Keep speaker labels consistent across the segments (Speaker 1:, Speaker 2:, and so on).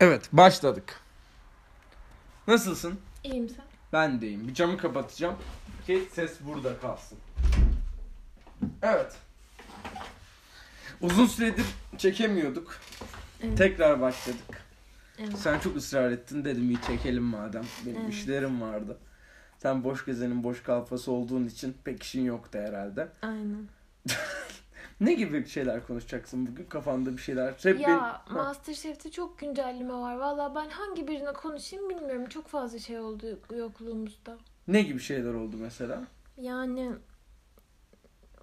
Speaker 1: Evet başladık. Nasılsın?
Speaker 2: İyiyim sen.
Speaker 1: Ben deyim. Bir camı kapatacağım ki ses burada kalsın. Evet. Uzun süredir çekemiyorduk.
Speaker 2: Evet.
Speaker 1: Tekrar başladık.
Speaker 2: Evet.
Speaker 1: Sen çok ısrar ettin dedim iyi çekelim madem. Benim
Speaker 2: Evet.
Speaker 1: işlerim vardı. Sen boş gezenin boş kalfası olduğun için pek işin yoktu herhalde.
Speaker 2: Aynen.
Speaker 1: Ne gibi şeyler konuşacaksın bugün kafanda bir şeyler? Hep benim-
Speaker 2: Ya
Speaker 1: Ha.
Speaker 2: Masterchef'te çok güncelleme var. Valla ben hangi birine konuşayım bilmiyorum. Çok fazla şey oldu yokluğumuzda.
Speaker 1: Ne gibi şeyler oldu mesela?
Speaker 2: Yani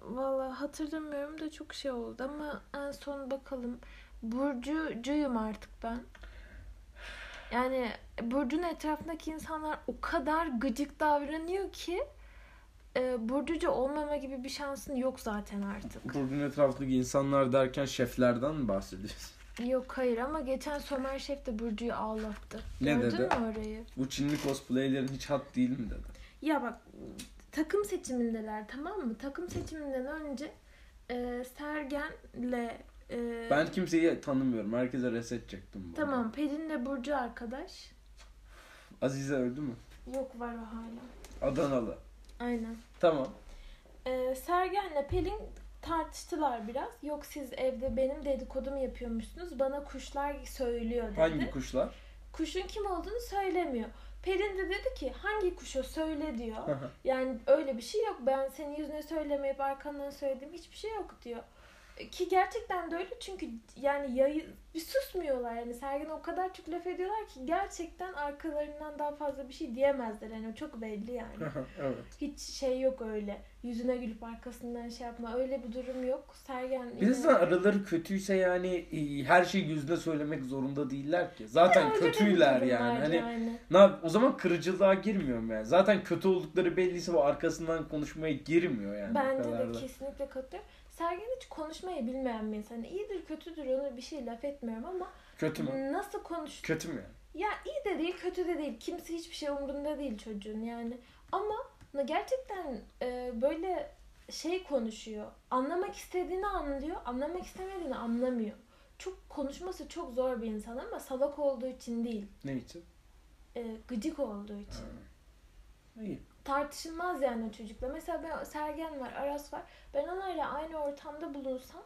Speaker 2: valla hatırlamıyorum da çok şey oldu ama en son bakalım. Burcucuyum artık ben. Yani Burcu'nun etrafındaki insanlar o kadar gıcık davranıyor ki e, Burcucu olmama gibi bir şansın yok zaten artık.
Speaker 1: Kurduğun etrafındaki insanlar derken şeflerden mi bahsediyorsun?
Speaker 2: Yok hayır ama geçen Somer Şef de Burcu'yu ağlattı.
Speaker 1: Ne
Speaker 2: Gördün
Speaker 1: dedi?
Speaker 2: mü orayı?
Speaker 1: Bu Çinli cosplaylerin hiç hat değil mi dedi.
Speaker 2: Ya bak takım seçimindeler tamam mı? Takım seçiminden önce e, Sergen'le e,
Speaker 1: Ben kimseyi tanımıyorum. Herkese reset çektim. bu arada.
Speaker 2: tamam Pelin'le Burcu arkadaş.
Speaker 1: Azize öldü mü?
Speaker 2: Yok var o hala.
Speaker 1: Adanalı.
Speaker 2: Aynen.
Speaker 1: Tamam.
Speaker 2: Ee, Sergen'le Pelin tartıştılar biraz. Yok siz evde benim dedikodumu yapıyormuşsunuz. Bana kuşlar söylüyor dedi.
Speaker 1: Hangi kuşlar?
Speaker 2: Kuşun kim olduğunu söylemiyor. Pelin de dedi ki hangi kuşu söyle diyor.
Speaker 1: Aha.
Speaker 2: Yani öyle bir şey yok. Ben senin yüzüne söylemeyip arkandan söylediğim hiçbir şey yok diyor. E, Ki gerçekten de öyle çünkü yani yayı bir susmuyorlar yani Sergen o kadar çok laf ediyorlar ki gerçekten arkalarından daha fazla bir şey diyemezler yani o çok belli yani.
Speaker 1: Aha, evet.
Speaker 2: Hiç şey yok öyle. Yüzüne gülüp arkasından şey yapma öyle bir durum yok. Sergen
Speaker 1: Bir de
Speaker 2: yine-
Speaker 1: zaten araları kötüyse yani e, her şeyi yüzüne söylemek zorunda değiller ki. Zaten
Speaker 2: Öyle de bir
Speaker 1: kötüler
Speaker 2: durum
Speaker 1: yani.
Speaker 2: var
Speaker 1: Hani
Speaker 2: yani.
Speaker 1: ne yap- o zaman kırıcılığa girmiyorum yani. Zaten kötü oldukları belliyse bu arkasından konuşmaya girmiyor yani. o
Speaker 2: Bence
Speaker 1: kadar
Speaker 2: de
Speaker 1: da.
Speaker 2: kesinlikle katılıyorum. Sergen hiç konuşmayı bilmeyen bir insan. İyidir kötüdür ona bir şey laf etmiyorum ama
Speaker 1: Kötü mü?
Speaker 2: nasıl konuş
Speaker 1: Kötü mü? yani?
Speaker 2: Ya iyi de değil, kötü de değil. Kimse hiçbir şey umurunda değil çocuğun yani. Ama na- gerçekten e, böyle şey konuşuyor. Anlamak istediğini anlıyor, anlamak istemediğini anlamıyor. Çok konuşması çok zor bir insan ama salak olduğu için değil,
Speaker 1: Ne için?
Speaker 2: e, gıcık olduğu için.
Speaker 1: Ha. İyi.
Speaker 2: Tartışılmaz yani o çocukla. Mesela ben, Sergen var, Aras var. Ben onlarla aynı ortamda bulunsam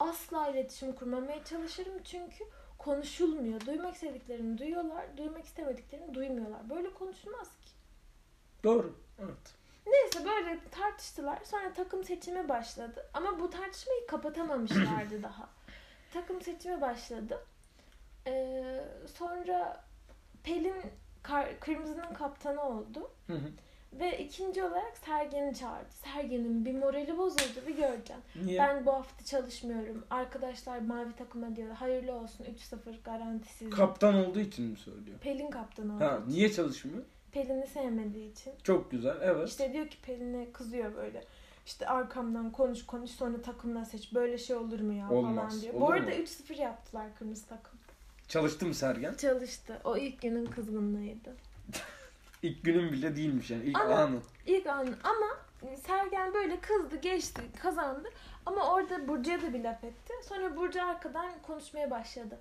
Speaker 2: asla iletişim kurmamaya çalışırım çünkü konuşulmuyor. Duymak istediklerini duyuyorlar, duymak istemediklerini duymuyorlar. Böyle konuşulmaz ki.
Speaker 1: Doğru. Evet.
Speaker 2: Neyse böyle tartıştılar. Sonra takım seçimi başladı. Ama bu tartışmayı kapatamamışlardı daha. Takım seçimi başladı. Ee, sonra Pelin kar- Kırmızı'nın kaptanı oldu.
Speaker 1: Hı hı.
Speaker 2: Ve ikinci olarak Sergen'i çağırdı. Sergen'in bir morali bozuldu bir göreceğim.
Speaker 1: Niye?
Speaker 2: Ben bu hafta çalışmıyorum. Arkadaşlar mavi takıma diyorlar. Hayırlı olsun 3-0 garantisiz.
Speaker 1: Kaptan olduğu için mi söylüyor?
Speaker 2: Pelin kaptanı oldu.
Speaker 1: Ha, niye çalışmıyor?
Speaker 2: Pelin'i sevmediği için.
Speaker 1: Çok güzel. Evet.
Speaker 2: İşte diyor ki Pelin'e kızıyor böyle. İşte arkamdan konuş konuş sonra takımdan seç. Böyle şey olur mu ya
Speaker 1: Olmaz.
Speaker 2: falan diyor.
Speaker 1: Olur
Speaker 2: Bu arada
Speaker 1: mu?
Speaker 2: 3-0 yaptılar kırmızı takım.
Speaker 1: Çalıştı mı Sergen?
Speaker 2: Çalıştı. O ilk günün kızgınlığıydı.
Speaker 1: İlk günün bile değilmiş yani. ilk
Speaker 2: Ama-
Speaker 1: anı.
Speaker 2: İlk an ama Sergen böyle kızdı, geçti, kazandı. Ama orada Burcu'ya da bir laf etti. Sonra Burcu arkadan konuşmaya başladı.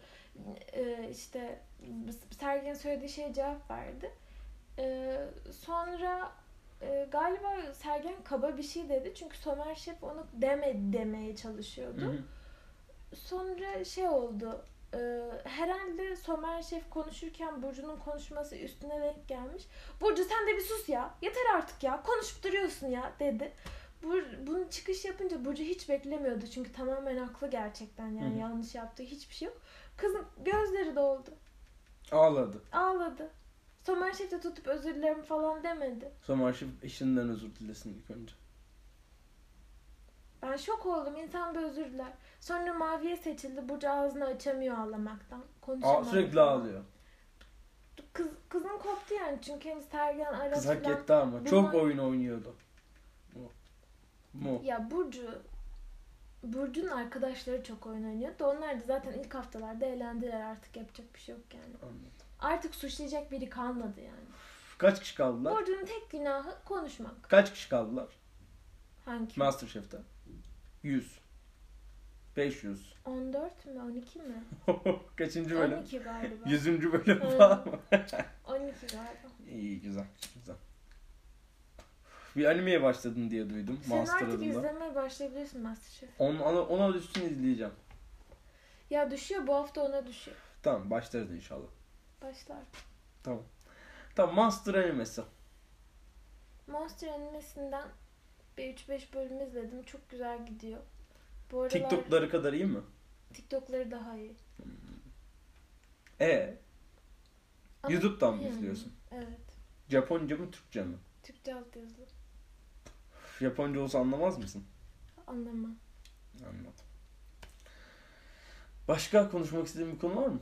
Speaker 2: Ee, işte Sergen söylediği şeye cevap verdi. Ee, sonra e, galiba Sergen kaba bir şey dedi. Çünkü Somer Şef onu deme demeye çalışıyordu.
Speaker 1: Hı hı.
Speaker 2: Sonra şey oldu. e, herhalde Somer Şef konuşurken Burcu'nun konuşması üstüne denk gelmiş. Burcu sen de bir sus ya. Yeter artık ya. Konuşup duruyorsun ya dedi. Bur bunun çıkış yapınca Burcu hiç beklemiyordu. Çünkü tamamen haklı gerçekten. Yani
Speaker 1: Hı hı.
Speaker 2: yanlış yaptığı hiçbir şey yok. Kızın gözleri doldu.
Speaker 1: Ağladı.
Speaker 2: Ağladı. Somer Şef de tutup özür dilerim falan demedi.
Speaker 1: Sonra arşiv eşinden özür dilesin ilk önce.
Speaker 2: Ben şok oldum. İnsan bir özür diler. Sonra maviye seçildi. Burcu ağzını açamıyor ağlamaktan.
Speaker 1: Aa,
Speaker 2: Konuşamıyor.
Speaker 1: sürekli ağlıyor.
Speaker 2: Kız, kızın koptu yani çünkü hani Sergen Aras
Speaker 1: Kız hak
Speaker 2: falan-
Speaker 1: etti ama.
Speaker 2: Bu
Speaker 1: Çok
Speaker 2: ma-
Speaker 1: oyun oynuyordu. Mu. Mu.
Speaker 2: Ya Burcu Burcu'nun arkadaşları çok oyun oynuyor da onlar da zaten ilk haftalarda eğlendiler artık yapacak bir şey yok yani.
Speaker 1: Anladım.
Speaker 2: Artık suçlayacak biri kalmadı yani.
Speaker 1: Kaç kişi kaldılar?
Speaker 2: Burcu'nun tek günahı konuşmak.
Speaker 1: Kaç kişi kaldılar?
Speaker 2: Hangi?
Speaker 1: Masterchef'te. 100. 500.
Speaker 2: 14 mü 12 mi?
Speaker 1: Kaçıncı bölüm?
Speaker 2: 12 galiba.
Speaker 1: 100. bölüm
Speaker 2: Hı.
Speaker 1: falan mı?
Speaker 2: 12 galiba.
Speaker 1: İyi güzel güzel. Bir animeye başladın diye duydum.
Speaker 2: Sen artık
Speaker 1: Master'ında.
Speaker 2: izlemeye başlayabilirsin Masterchef.
Speaker 1: Onu, ona, ona üstüne izleyeceğim.
Speaker 2: Ya düşüyor bu hafta ona düşüyor.
Speaker 1: Tamam başlarız inşallah.
Speaker 2: Başlar.
Speaker 1: Tamam. Tamam Master animesi.
Speaker 2: Monster animesinden bir 3-5 bölüm izledim. Çok güzel gidiyor. Bu aralar
Speaker 1: TikTok'ları kadar iyi mi?
Speaker 2: TikTok'ları daha iyi.
Speaker 1: E
Speaker 2: Ama-
Speaker 1: YouTube'dan mı
Speaker 2: Hmm,
Speaker 1: izliyorsun?
Speaker 2: Evet.
Speaker 1: Japonca mı Türkçe mi?
Speaker 2: Türkçe altyazılı.
Speaker 1: Üf, Japonca olsa anlamaz mısın?
Speaker 2: Anlamam.
Speaker 1: Anladım. Başka konuşmak istediğin bir konu var mı?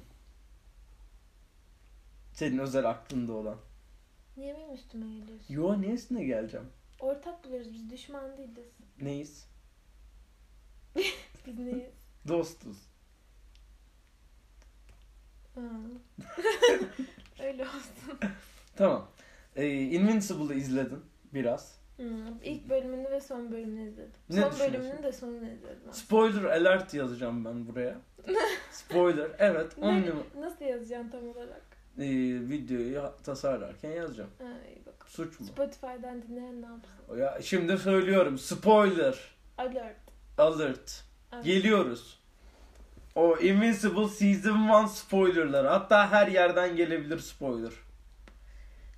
Speaker 1: Senin özel aklında olan.
Speaker 2: Niye benim üstüme geliyorsun?
Speaker 1: Yo niyesine geleceğim?
Speaker 2: Ortak buluruz biz düşman değiliz.
Speaker 1: Neyiz?
Speaker 2: Biz neyiz?
Speaker 1: Dostuz.
Speaker 2: Ha. Öyle olsun.
Speaker 1: Tamam. Ee, Invincible'ı izledin biraz.
Speaker 2: Hmm, İlk bölümünü ve son bölümünü izledim.
Speaker 1: Ne
Speaker 2: son
Speaker 1: düşünüyorsun?
Speaker 2: bölümünü de sonunu izledim.
Speaker 1: Spoiler alert yazacağım ben buraya. Spoiler evet.
Speaker 2: Ne,
Speaker 1: Omnium
Speaker 2: nasıl yazacaksın tam olarak?
Speaker 1: ee, videoyu tasarlarken yazacağım.
Speaker 2: Ha, iyi bak.
Speaker 1: Suç mu?
Speaker 2: Spotify'dan dinleyen ne yapsın?
Speaker 1: Ya şimdi söylüyorum. Spoiler
Speaker 2: Alert.
Speaker 1: alert.
Speaker 2: Evet.
Speaker 1: Geliyoruz. O Invincible Season 1 spoilerları. Hatta her yerden gelebilir spoiler.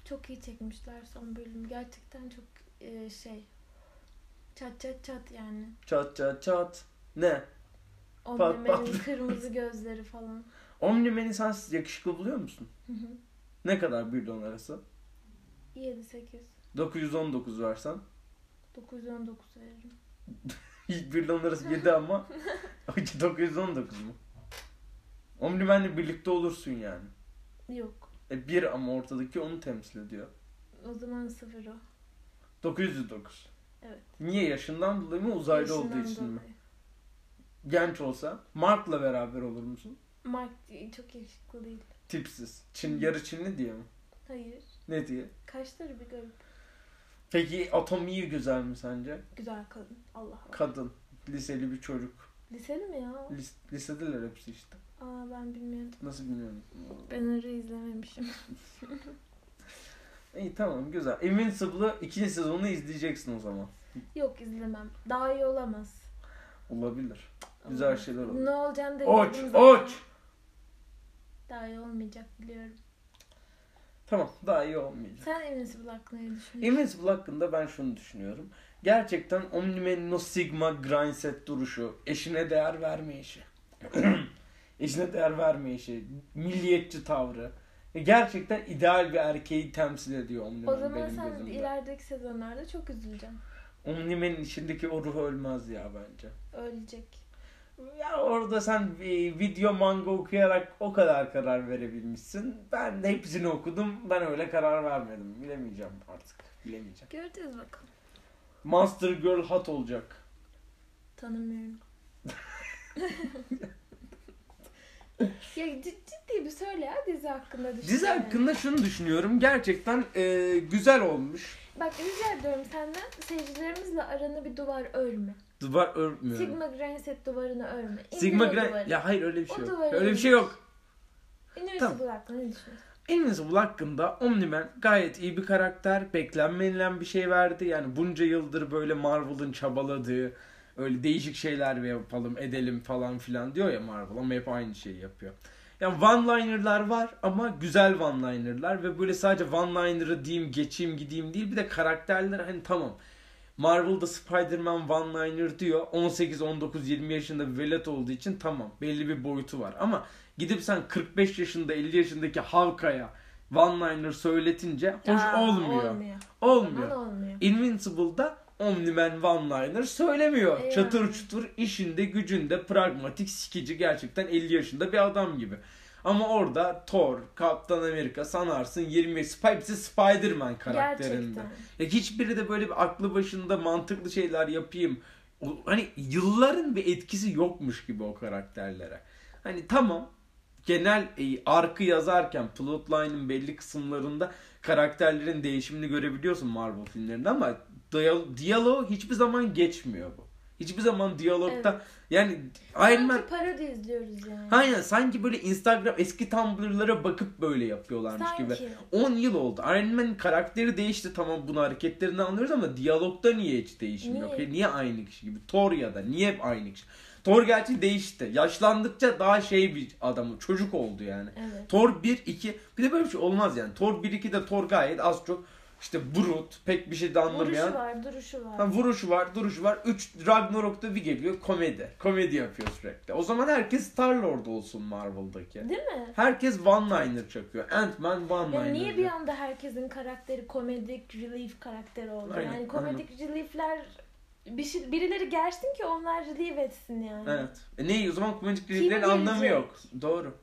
Speaker 2: Çok iyi çekmişler son bölümü. Gerçekten çok e, şey. Çat çat çat yani.
Speaker 1: Çat çat çat. Ne? Pat,
Speaker 2: Omnimen'in
Speaker 1: pat.
Speaker 2: kırmızı gözleri falan.
Speaker 1: Omniman'i sen yakışıklı buluyor musun?
Speaker 2: Hı hı.
Speaker 1: Ne kadar birden arası?
Speaker 2: 7 8
Speaker 1: 919 versen.
Speaker 2: 919 veririm.
Speaker 1: İlk birden arası 7 ama 919 mu? Omniman'le birlikte olursun yani.
Speaker 2: Yok.
Speaker 1: E 1 ama ortadaki onu temsil ediyor.
Speaker 2: O zaman 0 o.
Speaker 1: 909.
Speaker 2: Evet.
Speaker 1: Niye yaşından dolayı mı uzaylı
Speaker 2: Yaşından
Speaker 1: olduğu için mi?
Speaker 2: dolayı.
Speaker 1: Genç olsa Mark'la beraber olur musun?
Speaker 2: Mark e, çok yakışıklı değil.
Speaker 1: Tipsiz. Çin, yarı Çinli diye mi?
Speaker 2: Hayır.
Speaker 1: Ne diye?
Speaker 2: Kaşları bir garip.
Speaker 1: Peki Atomi'yi güzel mi sence?
Speaker 2: Güzel kadın. Allah Allah.
Speaker 1: Kadın. Liseli bir çocuk.
Speaker 2: Liseli mi ya?
Speaker 1: Lis- lisedeler hepsi işte.
Speaker 2: Aa ben bilmiyordum.
Speaker 1: Nasıl bilmiyorum.
Speaker 2: Ben öyle izlememişim.
Speaker 1: İyi tamam güzel. Invincible'ı ikinci sezonunu izleyeceksin o zaman.
Speaker 2: Yok izlemem. Daha iyi olamaz.
Speaker 1: Olabilir. Güzel şeyler olur.
Speaker 2: Ne olacağını da
Speaker 1: Oç,
Speaker 2: gördüğüm zaman
Speaker 1: oç.
Speaker 2: Daha iyi olmayacak biliyorum.
Speaker 1: Tamam daha iyi olmayacak.
Speaker 2: Sen Invincible hakkında ne düşünüyorsun?
Speaker 1: Invincible hakkında ben şunu düşünüyorum. Gerçekten Omniman'in o Sigma grindset duruşu, eşine değer vermeyişi, eşine değer vermeyişi, milliyetçi tavrı. E, Gerçekten ideal bir erkeği temsil ediyor
Speaker 2: o
Speaker 1: Omniman
Speaker 2: zaman
Speaker 1: benim
Speaker 2: sen
Speaker 1: gözümde.
Speaker 2: ilerideki sezonlarda çok üzüleceksin.
Speaker 1: Omniman'in içindeki o ruh ölmez ya bence.
Speaker 2: Ölecek.
Speaker 1: Ya orada sen bir video manga okuyarak o kadar karar verebilmişsin. Ben de hepsini okudum. Ben öyle karar vermedim. Bilemeyeceğim artık. Bilemeyeceğim.
Speaker 2: Göreceğiz bakalım.
Speaker 1: Monster Girl hot olacak.
Speaker 2: Tanımıyorum. ya cid- ciddi bir söyle ya dizi hakkında düşün.
Speaker 1: Dizi
Speaker 2: yani.
Speaker 1: hakkında şunu düşünüyorum. Gerçekten e, güzel olmuş.
Speaker 2: Bak rica ediyorum senden seyircilerimizle aranı bir duvar örme.
Speaker 1: Duvar örmüyorum. Sigma,
Speaker 2: Sigma Grindset duvarını örme. İndir
Speaker 1: Sigma
Speaker 2: o
Speaker 1: Gran-
Speaker 2: duvarı.
Speaker 1: Ya hayır öyle bir
Speaker 2: O
Speaker 1: şey yok.
Speaker 2: duvarı
Speaker 1: Öyle bir
Speaker 2: indir.
Speaker 1: şey yok.
Speaker 2: Invincible
Speaker 1: Tamam.
Speaker 2: hakkında ne düşünüyorsun?
Speaker 1: Invincible hakkında Omni-Man gayet iyi bir karakter. Beklenmeyen bir şey verdi. Yani bunca yıldır böyle Marvel'ın çabaladığı öyle değişik şeyler yapalım edelim falan filan diyor ya Marvel ama hep aynı şeyi yapıyor. Yani one-liner'lar var ama güzel one-liner'lar ve böyle sadece one-liner'ı diyeyim geçeyim gideyim değil bir de karakterler hani tamam. Marvel'da Spider-Man one-liner diyor. 18, 19, 20 yaşında bir velet olduğu için tamam belli bir boyutu var. Ama gidip sen 45 yaşında 50 yaşındaki Havka'ya one-liner söyletince hoş
Speaker 2: Aa,
Speaker 1: olmuyor.
Speaker 2: Olmuyor.
Speaker 1: Olmuyor.
Speaker 2: Aman olmuyor.
Speaker 1: Invincible'da Omni-Man one-liner söylemiyor.
Speaker 2: Yani.
Speaker 1: Çatır çutur işinde gücünde pragmatik sikici gerçekten 50 yaşında bir adam gibi. Ama orada Thor, Kaptan Amerika sanarsın 20 Sp- hepsi Spider-Man karakterinde.
Speaker 2: Gerçekten.
Speaker 1: Ya hiçbiri de böyle bir aklı başında mantıklı şeyler yapayım. O- hani yılların bir etkisi yokmuş gibi o karakterlere. Hani tamam genel e, arkı yazarken plotline'ın belli kısımlarında karakterlerin değişimini görebiliyorsun Marvel filmlerinde ama diyalo- diyaloğu hiçbir zaman geçmiyor bu. Hiçbir zaman diyalogta
Speaker 2: Evet.
Speaker 1: yani Iron Man
Speaker 2: Sanki parodi izliyoruz yani.
Speaker 1: aynen sanki böyle Instagram eski Tumblr'lara bakıp böyle yapıyorlarmış
Speaker 2: Sanki.
Speaker 1: gibi. 10 yıl oldu. Iron Man karakteri değişti tamam bunu hareketlerini anlıyoruz ama diyalogda niye hiç değişim
Speaker 2: Niye?
Speaker 1: yok? Ya Niye aynı kişi gibi? Thor ya da niye hep aynı kişi? Thor gerçi değişti. Yaşlandıkça daha şey bir adamı çocuk oldu yani.
Speaker 2: Evet.
Speaker 1: Thor 1 2 bir de böyle bir şey olmaz yani. Thor 1 2 de Thor gayet az çok işte brut pek bir şey de anlamayan.
Speaker 2: Vuruşu var, duruşu var.
Speaker 1: Ha, vuruşu var, duruşu var. 3 Ragnarok'ta bir geliyor komedi. Komedi yapıyor sürekli. O zaman herkes Star-Lord olsun Marvel'daki.
Speaker 2: Değil mi?
Speaker 1: Herkes one-liner çakıyor. Ant-Man
Speaker 2: Ya
Speaker 1: one-liner.
Speaker 2: niye bir anda herkesin karakteri komedik relief karakteri oldu?
Speaker 1: Aynen,
Speaker 2: yani komedik reliefler bir şey, birileri gelsin ki onlar relief etsin yani.
Speaker 1: Evet. E ne o zaman komik
Speaker 2: Kim
Speaker 1: dediklerin anlamı
Speaker 2: gelecek?
Speaker 1: yok. Doğru.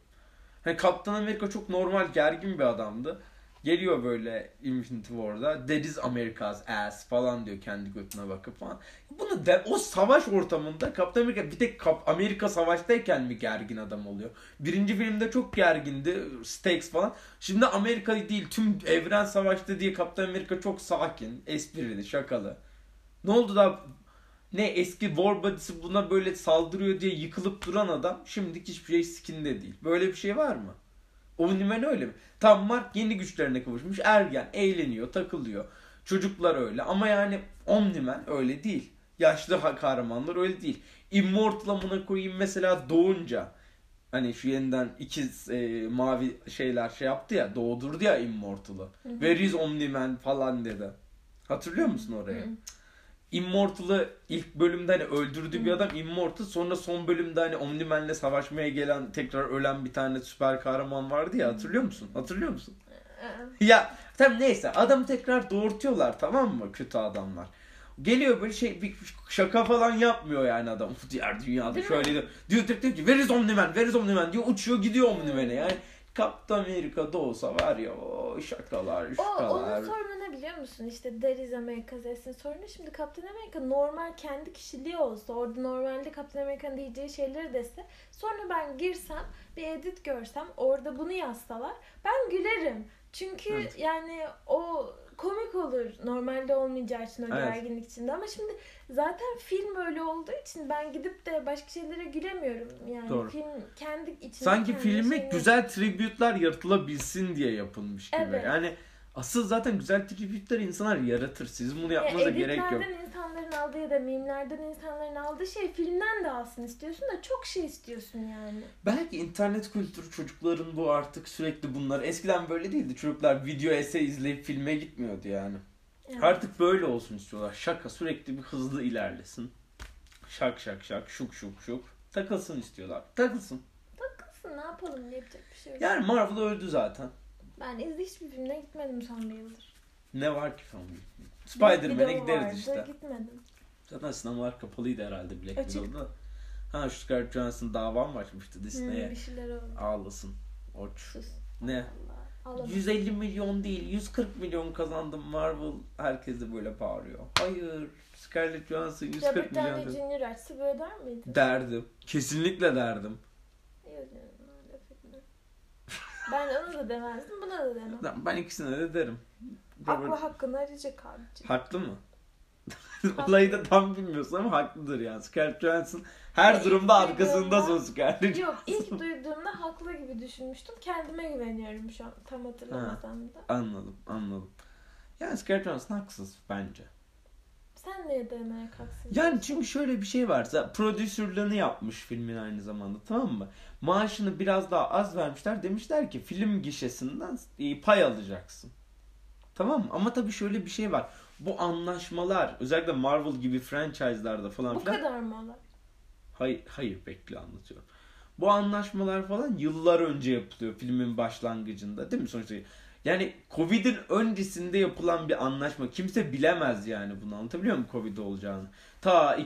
Speaker 1: Hani Kaptan Amerika çok normal gergin bir adamdı. Geliyor böyle Infinity War'da. That is America's ass falan diyor kendi götüne bakıp falan. Bunu de, o savaş ortamında Kaptan Amerika bir tek Kap, Amerika savaştayken mi gergin adam oluyor? Birinci filmde çok gergindi. Stakes falan. Şimdi Amerika değil tüm evren savaşta diye Kaptan Amerika çok sakin. Esprili, şakalı. Ne oldu da ne eski war body'si buna böyle saldırıyor diye yıkılıp duran adam şimdiki hiçbir şey skinde değil. Böyle bir şey var mı? Omniman öyle mi? Tam Mark yeni güçlerine kavuşmuş. Ergen eğleniyor, takılıyor. Çocuklar öyle ama yani Omniman öyle değil. Yaşlı ha- kahramanlar öyle değil. Immortal amına koyayım mesela doğunca hani şu yeniden ikiz e, mavi şeyler şey yaptı ya doğdurdu ya Immortal'ı.
Speaker 2: Hı hı.
Speaker 1: Where is Omniman falan dedi. Hatırlıyor musun orayı?
Speaker 2: Hı.
Speaker 1: Immortal'ı ilk bölümde hani öldürdüğü bir
Speaker 2: Hı.
Speaker 1: adam Immortal sonra son bölümde hani Omniman'le savaşmaya gelen tekrar ölen bir tane süper kahraman vardı ya hatırlıyor musun? Hatırlıyor musun?
Speaker 2: Aa,
Speaker 1: Ya tam neyse adamı tekrar doğurtuyorlar tamam mı kötü adamlar. Geliyor böyle şey bir şaka falan yapmıyor yani adam. Diğer dünyada
Speaker 2: Değil mi?
Speaker 1: şöyle diyor. Diyor tek diyor ki where is Omniman where is Omniman diyor uçuyor gidiyor Omniman'e yani. Kaptan Amerika'da olsa var ya o şakalar
Speaker 2: O,
Speaker 1: şakalar.
Speaker 2: onun sorunu ne biliyor musun? İşte There is America's Ass'in sorunu. Şimdi Kaptan Amerika normal kendi kişiliği olsa, orada normalde Kaptan Amerika'nın diyeceği şeyleri dese, sonra ben girsem, bir edit görsem, orada bunu yazsalar, ben gülerim. Çünkü
Speaker 1: Evet.
Speaker 2: yani o komik olur normalde olmayacağı için o
Speaker 1: Evet.
Speaker 2: gerginlik içinde ama şimdi zaten film öyle olduğu için ben gidip de başka şeylere gülemiyorum yani
Speaker 1: Doğru.
Speaker 2: film kendi içinde
Speaker 1: Sanki
Speaker 2: kendi
Speaker 1: filme
Speaker 2: şeyini-
Speaker 1: güzel tribütler yaratılabilsin diye yapılmış gibi.
Speaker 2: Evet.
Speaker 1: Yani asıl zaten güzel tribütler insanlar yaratır. Sizin bunu
Speaker 2: Ya
Speaker 1: yapmanıza gerek yok.
Speaker 2: editlerden insanların aldığı ya da mimlerden insanların aldığı şey filmden de alsın istiyorsun da çok şey istiyorsun yani.
Speaker 1: Belki internet kültürü çocukların bu artık sürekli bunlar. Eskiden böyle değildi. Çocuklar video essay izleyip filme gitmiyordu yani.
Speaker 2: Yani
Speaker 1: Artık böyle olsun istiyorlar. Şaka sürekli bir hızlı ilerlesin. Şak şak şak, şuk şuk şuk. Takılsın istiyorlar. Takılsın.
Speaker 2: haklısın, ne yapalım ne yapacak bir şey yok.
Speaker 1: Yani Marvel öldü zaten.
Speaker 2: Ben izle hiçbir filmine gitmedim son bir yıldır.
Speaker 1: Ne var ki filmde?
Speaker 2: Bir de
Speaker 1: Spider-Man'e
Speaker 2: o
Speaker 1: gideriz
Speaker 2: vardı,
Speaker 1: işte.
Speaker 2: Gitmedim.
Speaker 1: Zaten sinemalar kapalıydı herhalde Black
Speaker 2: Açık.
Speaker 1: Widow'da. Ha Scarlett Johansson dava mı açmıştı Disney'e?
Speaker 2: Hmm, bir şeyler oldu.
Speaker 1: Ağlasın. Oç.
Speaker 2: Sus.
Speaker 1: Ne?
Speaker 2: Allah. Ağlama.
Speaker 1: 150 milyon değil 140 milyon kazandım Marvel. Herkes de böyle bağırıyor. Hayır Scarlett Johansson 140
Speaker 2: Robert
Speaker 1: milyon
Speaker 2: Downey
Speaker 1: dedi.
Speaker 2: Jr. açsa böyle der miydi?
Speaker 1: derdim. Kesinlikle derdim.
Speaker 2: Yok canım, laf etme. ben onu da demezdim, buna da demem.
Speaker 1: Lan Ben ikisine de derim.
Speaker 2: Aklı
Speaker 1: Robert-
Speaker 2: hakkını arayacak abicim.
Speaker 1: Haklı mı? Olayı da tam bilmiyorsun ama haklıdır yani. Scarlett Johansson her
Speaker 2: Ya,
Speaker 1: durumda
Speaker 2: ilk
Speaker 1: arkasındasın Scarlett.
Speaker 2: Yok ilk duyduğumda haklı gibi düşünmüştüm. Kendime güveniyorum şu an tam hatırlamasam da.
Speaker 1: Anladım anladım. Yani Scarlett Johansson haksız bence.
Speaker 2: Sen neye demeye kalksın?
Speaker 1: Yani çünkü şöyle bir şey varsa prodüsörlüğünü yapmış filmin aynı zamanda tamam mı? Maaşını biraz daha az vermişler demişler ki film gişesinden e, pay alacaksın. Tamam mı? Ama tabii şöyle bir şey var. Bu anlaşmalar özellikle Marvel gibi franchise'larda falan
Speaker 2: Bu
Speaker 1: filan
Speaker 2: kadar mı olay?
Speaker 1: Hayır, hayır bekle anlatıyorum. Bu anlaşmalar falan yıllar önce yapılıyor filmin başlangıcında değil mi sonuçta? Yani Covid'in öncesinde yapılan bir anlaşma. Kimse bilemez yani bunu anlatabiliyor muyum Covid olacağını? Ta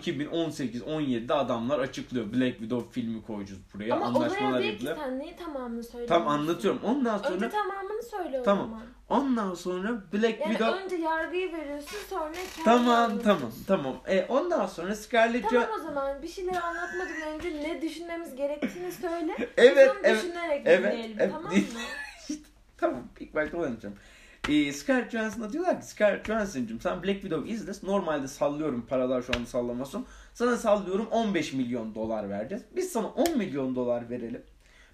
Speaker 1: 2018-17'de adamlar açıklıyor. Black Widow filmi koyacağız buraya.
Speaker 2: Ama olaya
Speaker 1: anlaşmalar
Speaker 2: değil ki
Speaker 1: yapılıyor.
Speaker 2: sen neyi tamamını söylüyorsun?
Speaker 1: Tam anlatıyorum. Ondan sonra
Speaker 2: Önce tamamını söyle o
Speaker 1: Tamam.
Speaker 2: zaman.
Speaker 1: ondan sonra Black
Speaker 2: Yani
Speaker 1: Widow
Speaker 2: önce yargıyı veriyorsun sonra kendini
Speaker 1: Tamam
Speaker 2: anlatıyorsun.
Speaker 1: tamam tamam. E, ondan sonra Scarlett
Speaker 2: Tamam
Speaker 1: Jo-
Speaker 2: o zaman bir şeyleri anlatmadan önce ne düşünmemiz gerektiğini söyle.
Speaker 1: Evet
Speaker 2: Biz onu
Speaker 1: evet.
Speaker 2: düşünerek
Speaker 1: evet,
Speaker 2: dinleyelim
Speaker 1: evet.
Speaker 2: tamam mı?
Speaker 1: Tamam ilk başta onu anlatacağım. Ee, Scarlett Johansson'a diyorlar ki Scarlett Johansson'cığım sen Black Widow izle. Normalde sallıyorum paralar şu an sallamasın. Sana sallıyorum 15 milyon dolar vereceğiz. Biz sana 10 milyon dolar verelim.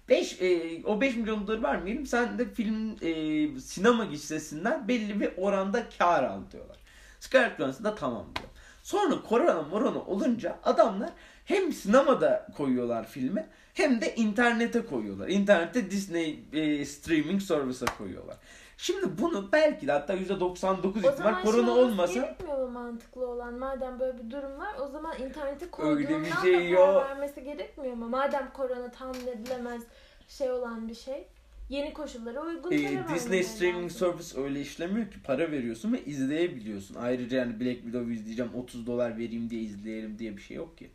Speaker 1: 5 o 5 milyon doları vermeyelim. Sen de film e, sinema gişesinden belli bir oranda kar al diyorlar. Scarlett Johansson da tamam diyor. Sonra korona morona olunca adamlar hem sinemada koyuyorlar filmi hem de internete koyuyorlar. İnternette Disney e, streaming service'a koyuyorlar. Şimdi bunu belki de hatta %99
Speaker 2: O zaman
Speaker 1: ihtimal korona
Speaker 2: şey olması
Speaker 1: olmasa
Speaker 2: gerekmiyor mu mantıklı olan? Madem böyle bir durum var o zaman internete
Speaker 1: Öyle bir
Speaker 2: koyduğundan
Speaker 1: şey
Speaker 2: da karar
Speaker 1: yok.
Speaker 2: vermesi gerekmiyor mu? Madem korona tahmin edilemez şey olan bir şey. Yeni koşullara uygun
Speaker 1: Ee,
Speaker 2: karar vermeleri
Speaker 1: Disney
Speaker 2: lazım.
Speaker 1: streaming service öyle işlemiyor ki para veriyorsun ve izleyebiliyorsun. Ayrıca yani Black Widow izleyeceğim 30 dolar vereyim diye izleyelim diye bir şey yok ki.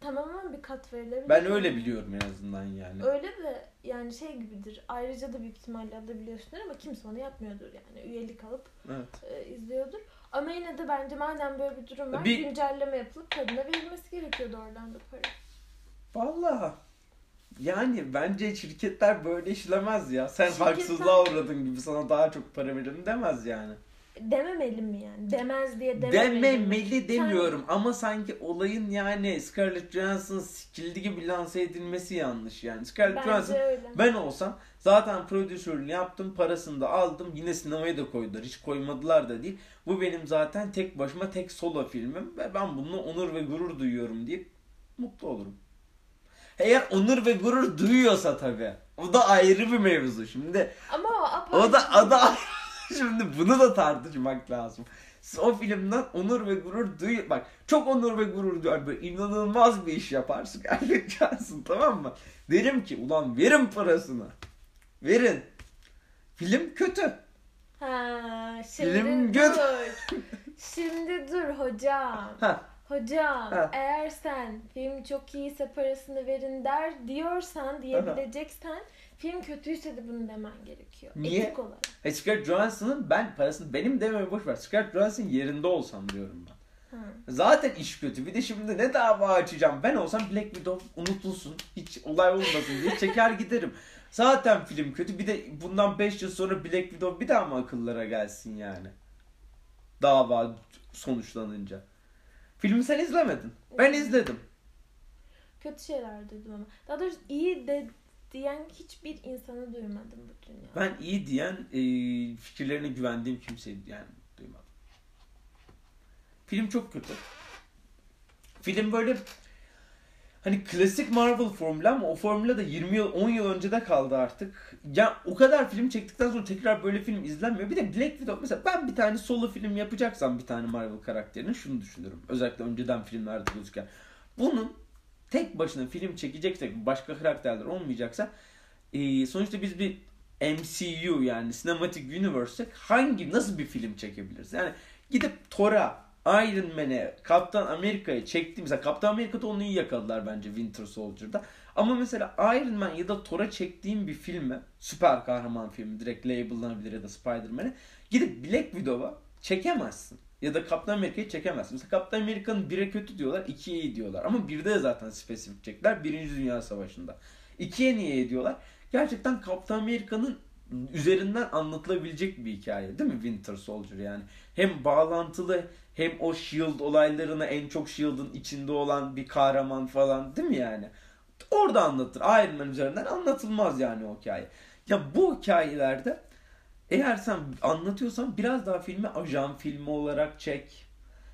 Speaker 2: Tamam ama bir kat verilebilir.
Speaker 1: Ben öyle biliyorum en azından yani.
Speaker 2: Öyle de yani şey gibidir. Ayrıca da büyük ihtimalle alabiliyorsunuz ama kimse onu yapmıyordur yani. Üyelik alıp
Speaker 1: Evet.
Speaker 2: e, izliyordur. Ama yine de bence madem böyle bir durum var
Speaker 1: Bir-
Speaker 2: güncelleme yapılıp kadına verilmesi gerekiyordu oradan da para.
Speaker 1: Valla yani bence şirketler böyle işlemez ya. Sen
Speaker 2: Şirketler-
Speaker 1: haksızlığa uğradın gibi sana daha çok para verelim demez yani.
Speaker 2: Dememeli mi yani? Demez diye dememeli. mi?
Speaker 1: Dememeli demiyorum ama sanki olayın yani Scarlett Johansson sikildi gibi lanse edilmesi yanlış yani. Scarlett Johansson
Speaker 2: Bence öyle.
Speaker 1: Ben olsam zaten prodüsörünü yaptım, parasını da aldım. Yine sinemaya da koydular. Hiç koymadılar da değil. Bu benim zaten tek başıma tek solo filmim ve ben bununla onur ve gurur duyuyorum deyip mutlu olurum. Eğer onur ve gurur duyuyorsa tabii. O da ayrı bir mevzu. Şimdi
Speaker 2: Ama o apayrı.
Speaker 1: o da ada şimdi bunu da tartışmak lazım. Siz o filmden onur ve gurur duy bak çok onur ve gurur duyar böyle inanılmaz bir iş yapar Scarlett Johansson tamam mı? Derim ki ulan verin parasını. Verin. Film kötü.
Speaker 2: Ha,
Speaker 1: Dilim
Speaker 2: şimdi
Speaker 1: göt-
Speaker 2: dur. şimdi dur hocam.
Speaker 1: Ha
Speaker 2: Hocam
Speaker 1: Ha.
Speaker 2: eğer sen film çok iyiyse parasını verin der diyorsan diyebileceksen film kötüyse de bunu demen gerekiyor.
Speaker 1: Niye?
Speaker 2: Etik olarak.
Speaker 1: e, Scarlett Johansson'ın ben parasını benim dememi boş ver. Scarlett Johansson yerinde olsam diyorum ben.
Speaker 2: Ha.
Speaker 1: Zaten iş kötü. Bir de şimdi ne dava açacağım? Ben olsam Black Widow unutulsun. Hiç olay olmasın diye çeker giderim. Zaten film kötü. Bir de bundan 5 yıl sonra Black Widow bir daha mı akıllara gelsin yani? Dava sonuçlanınca. Filmi sen izlemedin. Ben izledim.
Speaker 2: Kötü şeyler duydum ama. Daha doğrusu iyi de diyen hiçbir insanı duymadım bu dünyada.
Speaker 1: Ben iyi diyen e, fikirlerine güvendiğim kimseyi yani duymadım. Film çok kötü. Film böyle hani klasik Marvel formülü ama o formüle de 20 yıl 10 yıl önce de kaldı artık. Ya o kadar film çektikten sonra tekrar böyle film izlenmiyor. Bir de Black Widow mesela ben bir tane solo film yapacaksam bir tane Marvel karakterine şunu düşünürüm. Özellikle önceden filmlerde gözüken. Bunun tek başına film çekeceksek başka karakterler olmayacaksa e, sonuçta biz bir MCU yani Cinematic Universe'e hangi nasıl bir film çekebiliriz? Yani gidip Thor'a, Iron Man'e, Kaptan Amerika'ya çekti. Mesela Kaptan Amerika'da onu iyi yakaladılar bence Winter Soldier'da. Ama mesela Iron Man ya da Thor'a çektiğim bir filme, süper kahraman filmi direkt labellanabilir ya da Spider-Man'e gidip Black Widow'a çekemezsin. Ya da Kaptan Amerika'yı çekemezsin. Mesela Kaptan Amerika'nın 1'e kötü diyorlar, 2'ye iyi diyorlar. Ama 1'de zaten spesifik çektiler 1. Dünya Savaşı'nda. 2'ye niye iyi diyorlar? gerçekten Kaptan Amerika'nın üzerinden anlatılabilecek bir hikaye değil mi Winter Soldier yani. Hem bağlantılı hem o Shield olaylarına en çok Shield'ın içinde olan bir kahraman falan değil mi yani? Orada anlatır. Iron Man üzerinden anlatılmaz yani o hikaye. Ya bu hikayelerde eğer sen anlatıyorsan biraz daha filmi ajan filmi olarak çek.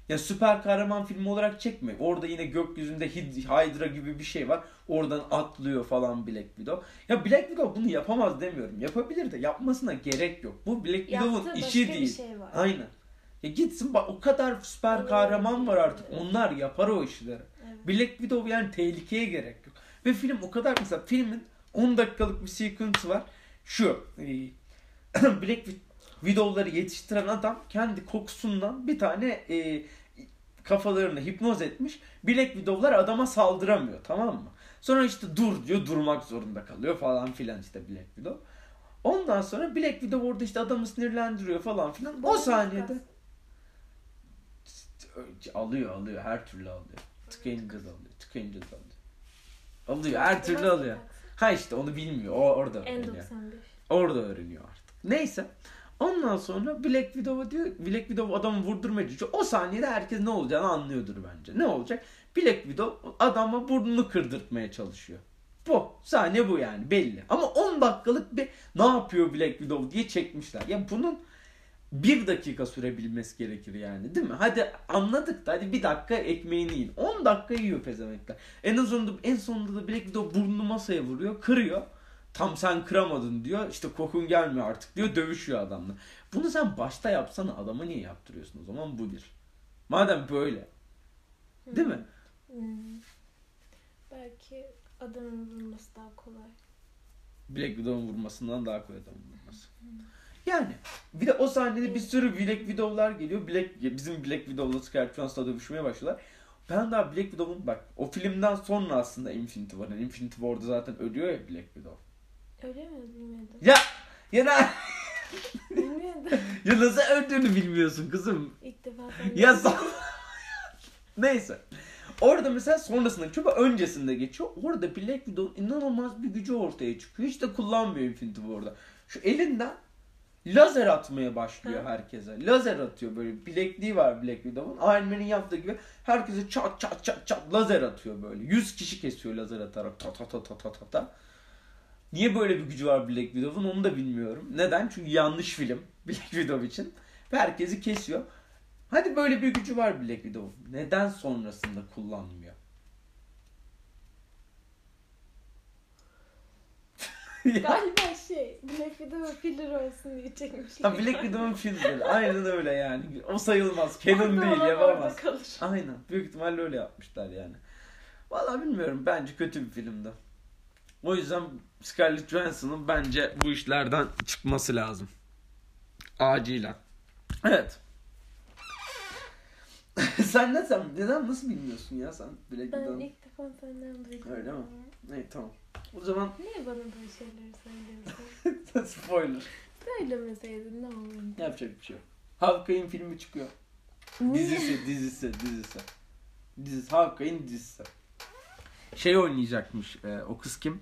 Speaker 1: Ya süper kahraman filmi olarak çekme. Orada yine gökyüzünde Hid- Hydra gibi bir şey var. Oradan atlıyor falan Black Widow. Ya Black Widow bunu yapamaz demiyorum. Yapabilir de yapmasına gerek yok. Bu Black
Speaker 2: Yaptığı
Speaker 1: Widow'un işi
Speaker 2: başka
Speaker 1: değil.
Speaker 2: bir şey var.
Speaker 1: Aynen. Ya gitsin bak o kadar süper
Speaker 2: Olur.
Speaker 1: kahraman var artık. Onlar yapar o işleri.
Speaker 2: Evet.
Speaker 1: Black Widow yani tehlikeye gerek yok. Ve film o kadar mesela filmin 10 dakikalık bir sequence var. Şu. e, Black Wi- Widow'ları yetiştiren adam kendi kokusundan bir tane e, kafalarını hipnoz etmiş. Black Widow'lar adama saldıramıyor tamam mı? Sonra işte dur diyor durmak zorunda kalıyor falan filan işte Black Widow. Ondan sonra Black Widow orada işte adamı sinirlendiriyor falan filan. O
Speaker 2: Bana
Speaker 1: saniyede
Speaker 2: bakarsın.
Speaker 1: alıyor alıyor her türlü alıyor. Tıkayınca da alıyor. Tıkayınca da alıyor. Alıyor her türlü alıyor. Ha işte onu bilmiyor. O orada öğreniyor.
Speaker 2: N95.
Speaker 1: Orada öğreniyor artık. Neyse. Ondan sonra Black Widow'a diyor Black Widow adamı vurdurmaya çalışıyor. O saniyede herkes ne olacağını anlıyordur bence. Ne olacak? Black Widow adama burnunu kırdırtmaya çalışıyor. Bu. Sahne bu yani belli. Ama 10 dakikalık bir ne yapıyor Black Widow diye çekmişler. Ya bunun bir dakika sürebilmesi gerekir yani değil mi? Hadi anladık da hadi bir dakika ekmeğini yiyin. 10 dakika yiyor pezemekler. En azından en sonunda da Black Widow burnunu masaya vuruyor, kırıyor. Tam sen kıramadın diyor. İşte kokun gelmiyor artık diyor. Dövüşüyor adamla. Bunu sen başta yapsana adama niye yaptırıyorsun o zaman bu bir. Madem böyle. Değil mi?
Speaker 2: Hmm. Belki adamın vurması daha kolay.
Speaker 1: Black Widow'un vurmasından daha kolay adamın vurması. Yani bir de o sahnede bir sürü Black Widow'lar geliyor. Black, bizim Black Widow'la Scarlett Johans'la dövüşmeye başlıyorlar. Ben daha Black Widow'un bak o filmden sonra aslında Infinity War. Yani Infinity War'da zaten ölüyor ya Black Widow.
Speaker 2: Öyle mi? Bilmiyordum.
Speaker 1: Ya ya, da-
Speaker 2: Bilmiyordum.
Speaker 1: ya nasıl öldüğünü bilmiyorsun kızım.
Speaker 2: İlk defa ben
Speaker 1: Ya sa- Neyse. Orada mesela sonrasında çünkü öncesinde geçiyor. Orada Black Widow'un inanılmaz bir gücü ortaya çıkıyor. Hiç de kullanmıyor Infinity War'da. Şu elinden lazer atmaya başlıyor
Speaker 2: Ha.
Speaker 1: herkese. Lazer atıyor böyle bilekliği var Black Widow'un. Iron Man'in yaptığı gibi herkese çat çat çat çat lazer atıyor böyle. 100 kişi kesiyor lazer atarak ta ta ta ta ta ta ta. Niye böyle bir gücü var Black Widow'un onu da bilmiyorum. Neden? Çünkü yanlış film Black Widow için. Ve herkesi kesiyor. Hadi böyle bir gücü var Black Widow'un. Neden sonrasında kullanmıyor?
Speaker 2: Galiba şey, Black Widow filler olsun diye çekmişler.
Speaker 1: Ha Black Widow'un filmleri. Aynen öyle yani. O sayılmaz. Canon
Speaker 2: Orada
Speaker 1: değil
Speaker 2: olan
Speaker 1: yapamaz.
Speaker 2: Orada kalır.
Speaker 1: Aynen. Büyük ihtimalle öyle yapmışlar yani. Valla bilmiyorum. Bence kötü bir filmdi. O yüzden Scarlett Johansson'ın bence bu işlerden çıkması lazım. Acilen. Evet. sen ne sen neden nasıl bilmiyorsun ya sen Black
Speaker 2: Ben
Speaker 1: Widow'un?
Speaker 2: ilk defa senden duydum.
Speaker 1: Öyle mi? İyi tamam. O zaman
Speaker 2: Niye bana böyle şeyleri söylüyorsun?
Speaker 1: spoiler.
Speaker 2: Söylemeseydin ne olurdu?
Speaker 1: Yapacak bir şey yok. Hawkeye'in filmi çıkıyor.
Speaker 2: Niye?
Speaker 1: Dizisi, dizisi, dizisi. Dizisi, Hawkeye'in dizisi. Şey oynayacakmış, e, o kız kim?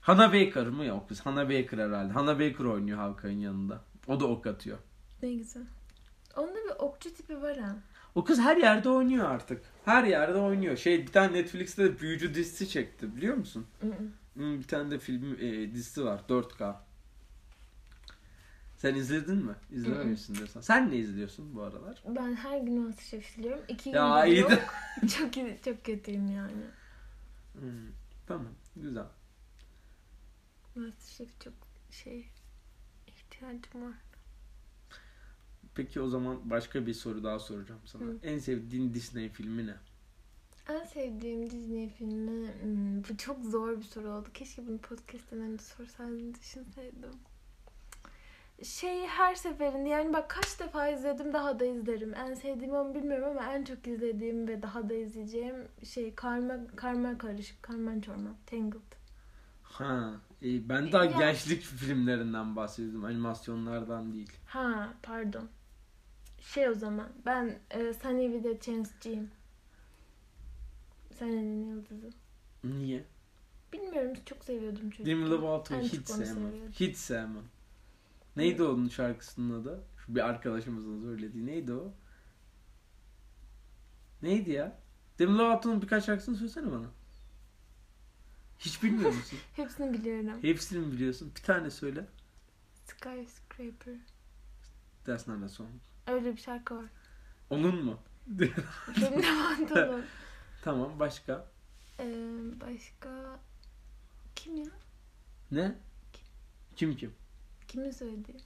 Speaker 1: Hannah Baker mı ya o kız? Hannah Baker herhalde. Hannah Baker oynuyor Hawkeye'in yanında. O da ok atıyor.
Speaker 2: Ne güzel. Onda bir okçu tipi var ha.
Speaker 1: O kız her yerde oynuyor artık. Her yerde oynuyor. Şey bir tane Netflix'te de büyücü dizisi çekti biliyor musun? Hmm, Bir tane de film e, dizisi var 4K. Sen izledin mi? İzlememişsin diyorsan. Sen ne izliyorsun bu aralar?
Speaker 2: Ben her gün Masterchef izliyorum. İki gün
Speaker 1: Ya iyi de.
Speaker 2: Çok, iyi- çok kötüyüm yani.
Speaker 1: Hmm, tamam güzel.
Speaker 2: Masterchef çok şey ihtiyacım var.
Speaker 1: Peki o zaman başka bir soru daha soracağım sana.
Speaker 2: Hı.
Speaker 1: En sevdiğin Disney filmi ne?
Speaker 2: En sevdiğim Disney filmi hmm, bu çok zor bir soru oldu. Keşke bunu podcast'ten önce sorsaydım düşünseydim. Şey her seferinde yani bak kaç defa izledim daha da izlerim. En sevdiğim onu bilmiyorum ama en çok izlediğim ve daha da izleyeceğim şey karma karma karışık karman çorman Tangled.
Speaker 1: Ha, e, ben daha
Speaker 2: Ya.
Speaker 1: gençlik filmlerinden bahsediyordum, animasyonlardan değil.
Speaker 2: Ha pardon. Şey o zaman ben e, Sunny with a Chance'ciyim. Sunny'nin yıldızı.
Speaker 1: Niye?
Speaker 2: Bilmiyorum çok seviyordum çünkü.
Speaker 1: Demi Lovato'yu
Speaker 2: En
Speaker 1: hiç
Speaker 2: çok onu
Speaker 1: sevmem.
Speaker 2: seviyordum.
Speaker 1: Hiç sevmem. Neydi onun şarkısının adı? Şu bir arkadaşımızın söylediği. Neydi o? Neydi ya? Demi Lovato'nun birkaç şarkısını söylesene bana. Hiç bilmiyor musun?
Speaker 2: Hepsini biliyorum.
Speaker 1: Hepsini mi biliyorsun? Bir tane söyle.
Speaker 2: Skyscraper.
Speaker 1: That's not a song.
Speaker 2: Öyle bir şarkı var.
Speaker 1: Onun mu?
Speaker 2: Benim de pantolon.
Speaker 1: Tamam başka.
Speaker 2: Ee, başka... Kim ya?
Speaker 1: Ne? Kim kim?
Speaker 2: Kimin söylediği?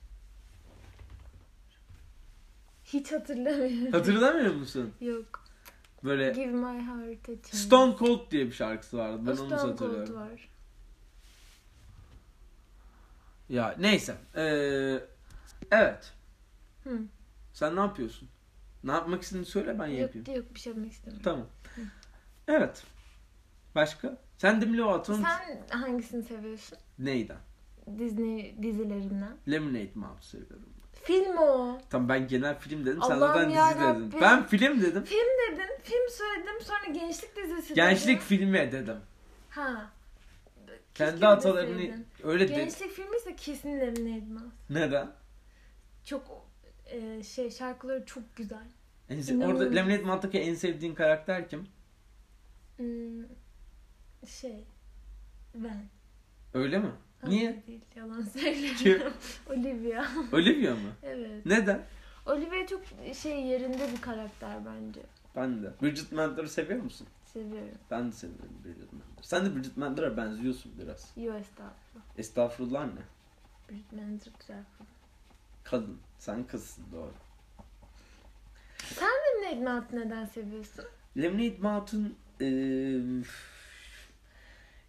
Speaker 2: Hiç hatırlamıyorum.
Speaker 1: Hatırlamıyor musun?
Speaker 2: Yok.
Speaker 1: Böyle
Speaker 2: Give my heart a chance.
Speaker 1: E, Stone Cold diye bir şarkısı vardı. Ben
Speaker 2: O
Speaker 1: onu
Speaker 2: Stone Cold
Speaker 1: hatırlıyorum.
Speaker 2: var.
Speaker 1: Ya neyse. Ee, evet.
Speaker 2: Hı.
Speaker 1: Sen ne yapıyorsun? Ne yapmak istediğini söyle ben
Speaker 2: Yok,
Speaker 1: yapayım.
Speaker 2: yok bir şey yapmak istemiyorum.
Speaker 1: Tamam. Evet. Başka? Sen Demi Lovato'nun
Speaker 2: Sen hangisini seviyorsun?
Speaker 1: neyden?
Speaker 2: Disney dizilerinden.
Speaker 1: Lemonade Mouth'u seviyorum.
Speaker 2: Film o.
Speaker 1: Tamam ben genel film dedim. Sen
Speaker 2: Allah'ım
Speaker 1: zaten dizi
Speaker 2: yarabbim.
Speaker 1: dedin. Ben film dedim.
Speaker 2: Film dedin, film söyledim sonra gençlik dizisi
Speaker 1: Gençlik
Speaker 2: dedim.
Speaker 1: filmi dedim.
Speaker 2: Ha. Keşke
Speaker 1: Kendi
Speaker 2: bir de
Speaker 1: atalarını
Speaker 2: sevdim.
Speaker 1: öyle dedi.
Speaker 2: Gençlik filmi ise kesin Lemonade Mouth.
Speaker 1: Neden?
Speaker 2: çok e, şey şarkıları çok güzel.
Speaker 1: En se-
Speaker 2: İnanılmaz.
Speaker 1: orada Lemonade Mantık'a en sevdiğin karakter kim?
Speaker 2: Hmm, şey ben.
Speaker 1: Öyle mi?
Speaker 2: Hayır
Speaker 1: Niye?
Speaker 2: Değil, yalan söylüyorum. Olivia.
Speaker 1: Olivia mı?
Speaker 2: Evet.
Speaker 1: Neden?
Speaker 2: Olivia çok şey yerinde bir karakter bence.
Speaker 1: Ben de. Bridget Mendler'ı seviyor musun?
Speaker 2: Seviyorum.
Speaker 1: Ben de seviyorum Bridget Mendler. Sen de Bridget Mendler'a benziyorsun biraz.
Speaker 2: US'da.
Speaker 1: Estağfurullah ne?
Speaker 2: Bridget Mendler güzel kız.
Speaker 1: Kadın. Sen kızsın doğru.
Speaker 2: Sen Ned Melt'i neden seviyorsun?
Speaker 1: Lemonade Mouth'un e,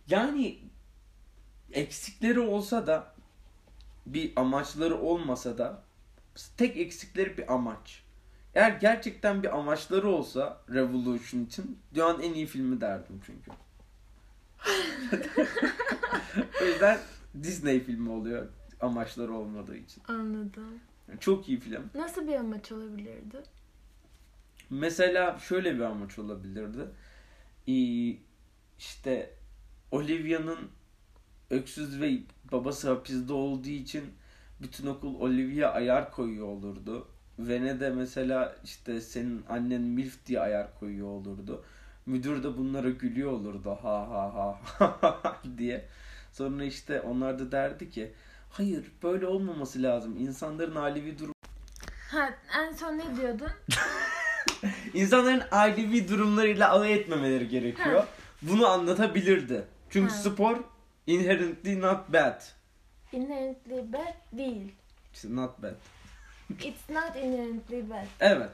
Speaker 1: yani eksikleri olsa da bir amaçları olmasa da tek eksikleri bir amaç. Eğer gerçekten bir amaçları olsa Revolution için dünyanın en iyi filmi derdim çünkü. o yüzden Disney filmi oluyor amaçları olmadığı için.
Speaker 2: Anladım.
Speaker 1: Çok iyi film.
Speaker 2: Nasıl bir amaç olabilirdi?
Speaker 1: Mesela şöyle bir amaç olabilirdi. Ee, işte Olivia'nın öksüz ve babası hapiste olduğu için bütün okul Olivia ayar koyuyor olurdu. Vene de mesela işte senin annen Milf diye ayar koyuyor olurdu. Müdür de bunlara gülüyor olurdu ha ha ha ha ha diye. Sonra işte onlar da derdi ki hayır böyle olmaması lazım. İnsanların ailevi durum
Speaker 2: Ha en son ne diyordun?
Speaker 1: İnsanların ailevi durumlarıyla alay etmemeleri gerekiyor.
Speaker 2: Ha.
Speaker 1: Bunu anlatabilirdi. Çünkü
Speaker 2: Ha.
Speaker 1: spor inherently not bad.
Speaker 2: Inherently bad değil.
Speaker 1: İşte Not bad.
Speaker 2: It's not inherently bad.
Speaker 1: Evet.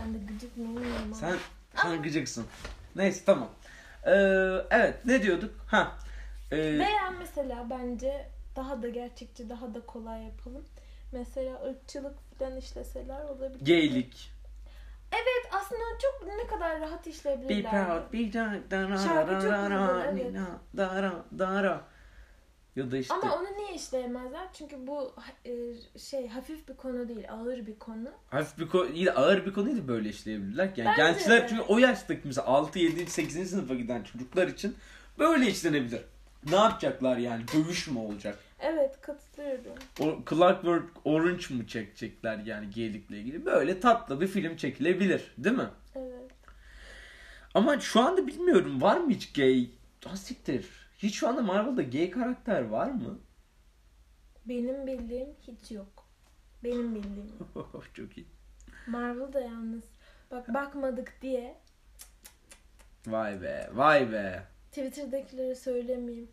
Speaker 2: Ben de gıcık mıyım ama.
Speaker 1: Sen sen gıcıksın. Neyse tamam. Ee, evet ne diyorduk? Ha. Ee,
Speaker 2: Veya mesela bence daha da gerçekçi, daha da kolay yapalım. Mesela ırkçılık falan işleseler olabilir.
Speaker 1: geylik.
Speaker 2: Evet aslında çok ne kadar rahat
Speaker 1: Be
Speaker 2: işleyebilirler.
Speaker 1: proud, be dark, dara,
Speaker 2: Şarkı
Speaker 1: dara,
Speaker 2: çok
Speaker 1: dara,
Speaker 2: güzel, evet.
Speaker 1: nina, dara, dara. Ya da işte
Speaker 2: Ama onu niye işleyemezler? Çünkü bu e, şey hafif bir konu değil, ağır bir konu.
Speaker 1: hafif bir konu, iyi de ağır bir konuyu da böyle işleyebilirler ki. Yani
Speaker 2: Bence
Speaker 1: gençler
Speaker 2: de.
Speaker 1: çünkü o yaştaki mesela 6, 7, 8. sınıfa giden çocuklar için böyle işlenebilir. Ne yapacaklar yani? Dövüş mü olacak?
Speaker 2: Evet katılıyorum.
Speaker 1: O, Clockwork Orange mı çekecekler yani geylikle ilgili? Böyle tatlı bir film çekilebilir değil mi?
Speaker 2: Evet.
Speaker 1: Ama şu anda bilmiyorum var mı hiç gay? Ha siktir. Hiç şu anda Marvel'da gay karakter var mı?
Speaker 2: Benim bildiğim hiç yok. Benim bildiğim. yok.
Speaker 1: Çok iyi.
Speaker 2: Marvel'da yalnız. Bak bakmadık diye
Speaker 1: Vay be, vay be.
Speaker 2: Twitter'dakilere söylemeyeyim.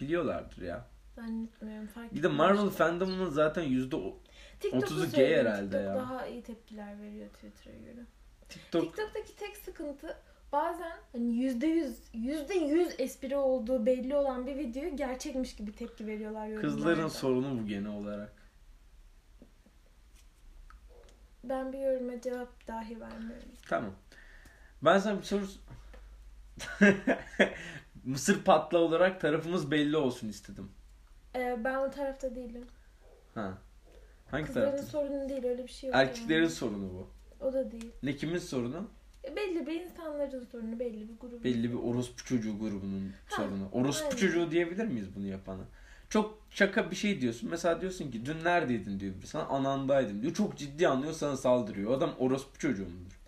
Speaker 1: Biliyorlardır ya.
Speaker 2: Zannetmiyorum fark
Speaker 1: Bir de Marvel fandomunun zaten yüzde o-
Speaker 2: TikTok'u
Speaker 1: 30'u gay
Speaker 2: söyleyeyim,
Speaker 1: herhalde
Speaker 2: TikTok
Speaker 1: ya.
Speaker 2: daha iyi tepkiler veriyor Twitter'a göre.
Speaker 1: TikTok
Speaker 2: TikTok'taki tek sıkıntı bazen hani yüzde yüz, yüzde yüz espri olduğu belli olan bir videoyu gerçekmiş gibi tepki veriyorlar yorumlarda.
Speaker 1: Kızların sorunu bu genel olarak.
Speaker 2: Ben bir yoruma cevap dahi vermiyorum.
Speaker 1: Tamam. Ben sana bir soru... Mısır patla olarak tarafımız belli olsun istedim.
Speaker 2: Ee, ben o tarafta değilim.
Speaker 1: Ha. Hangi
Speaker 2: Kızların
Speaker 1: tarafta?
Speaker 2: sorunu değil öyle bir şey yok.
Speaker 1: Erkeklerin
Speaker 2: yani.
Speaker 1: sorunu bu.
Speaker 2: O da değil.
Speaker 1: Ne kimin sorunu?
Speaker 2: E, belli bir insanların sorunu belli bir grup.
Speaker 1: Belli bir orospu çocuğu grubunun
Speaker 2: Ha,
Speaker 1: sorunu. Orospu
Speaker 2: aynen.
Speaker 1: çocuğu diyebilir miyiz bunu yapana? Çok şaka bir şey diyorsun. Mesela diyorsun ki dün neredeydin diyor biri sana anandaydım diyor. Çok ciddi anlıyor sana saldırıyor. O Adam orospu çocuğu mudur?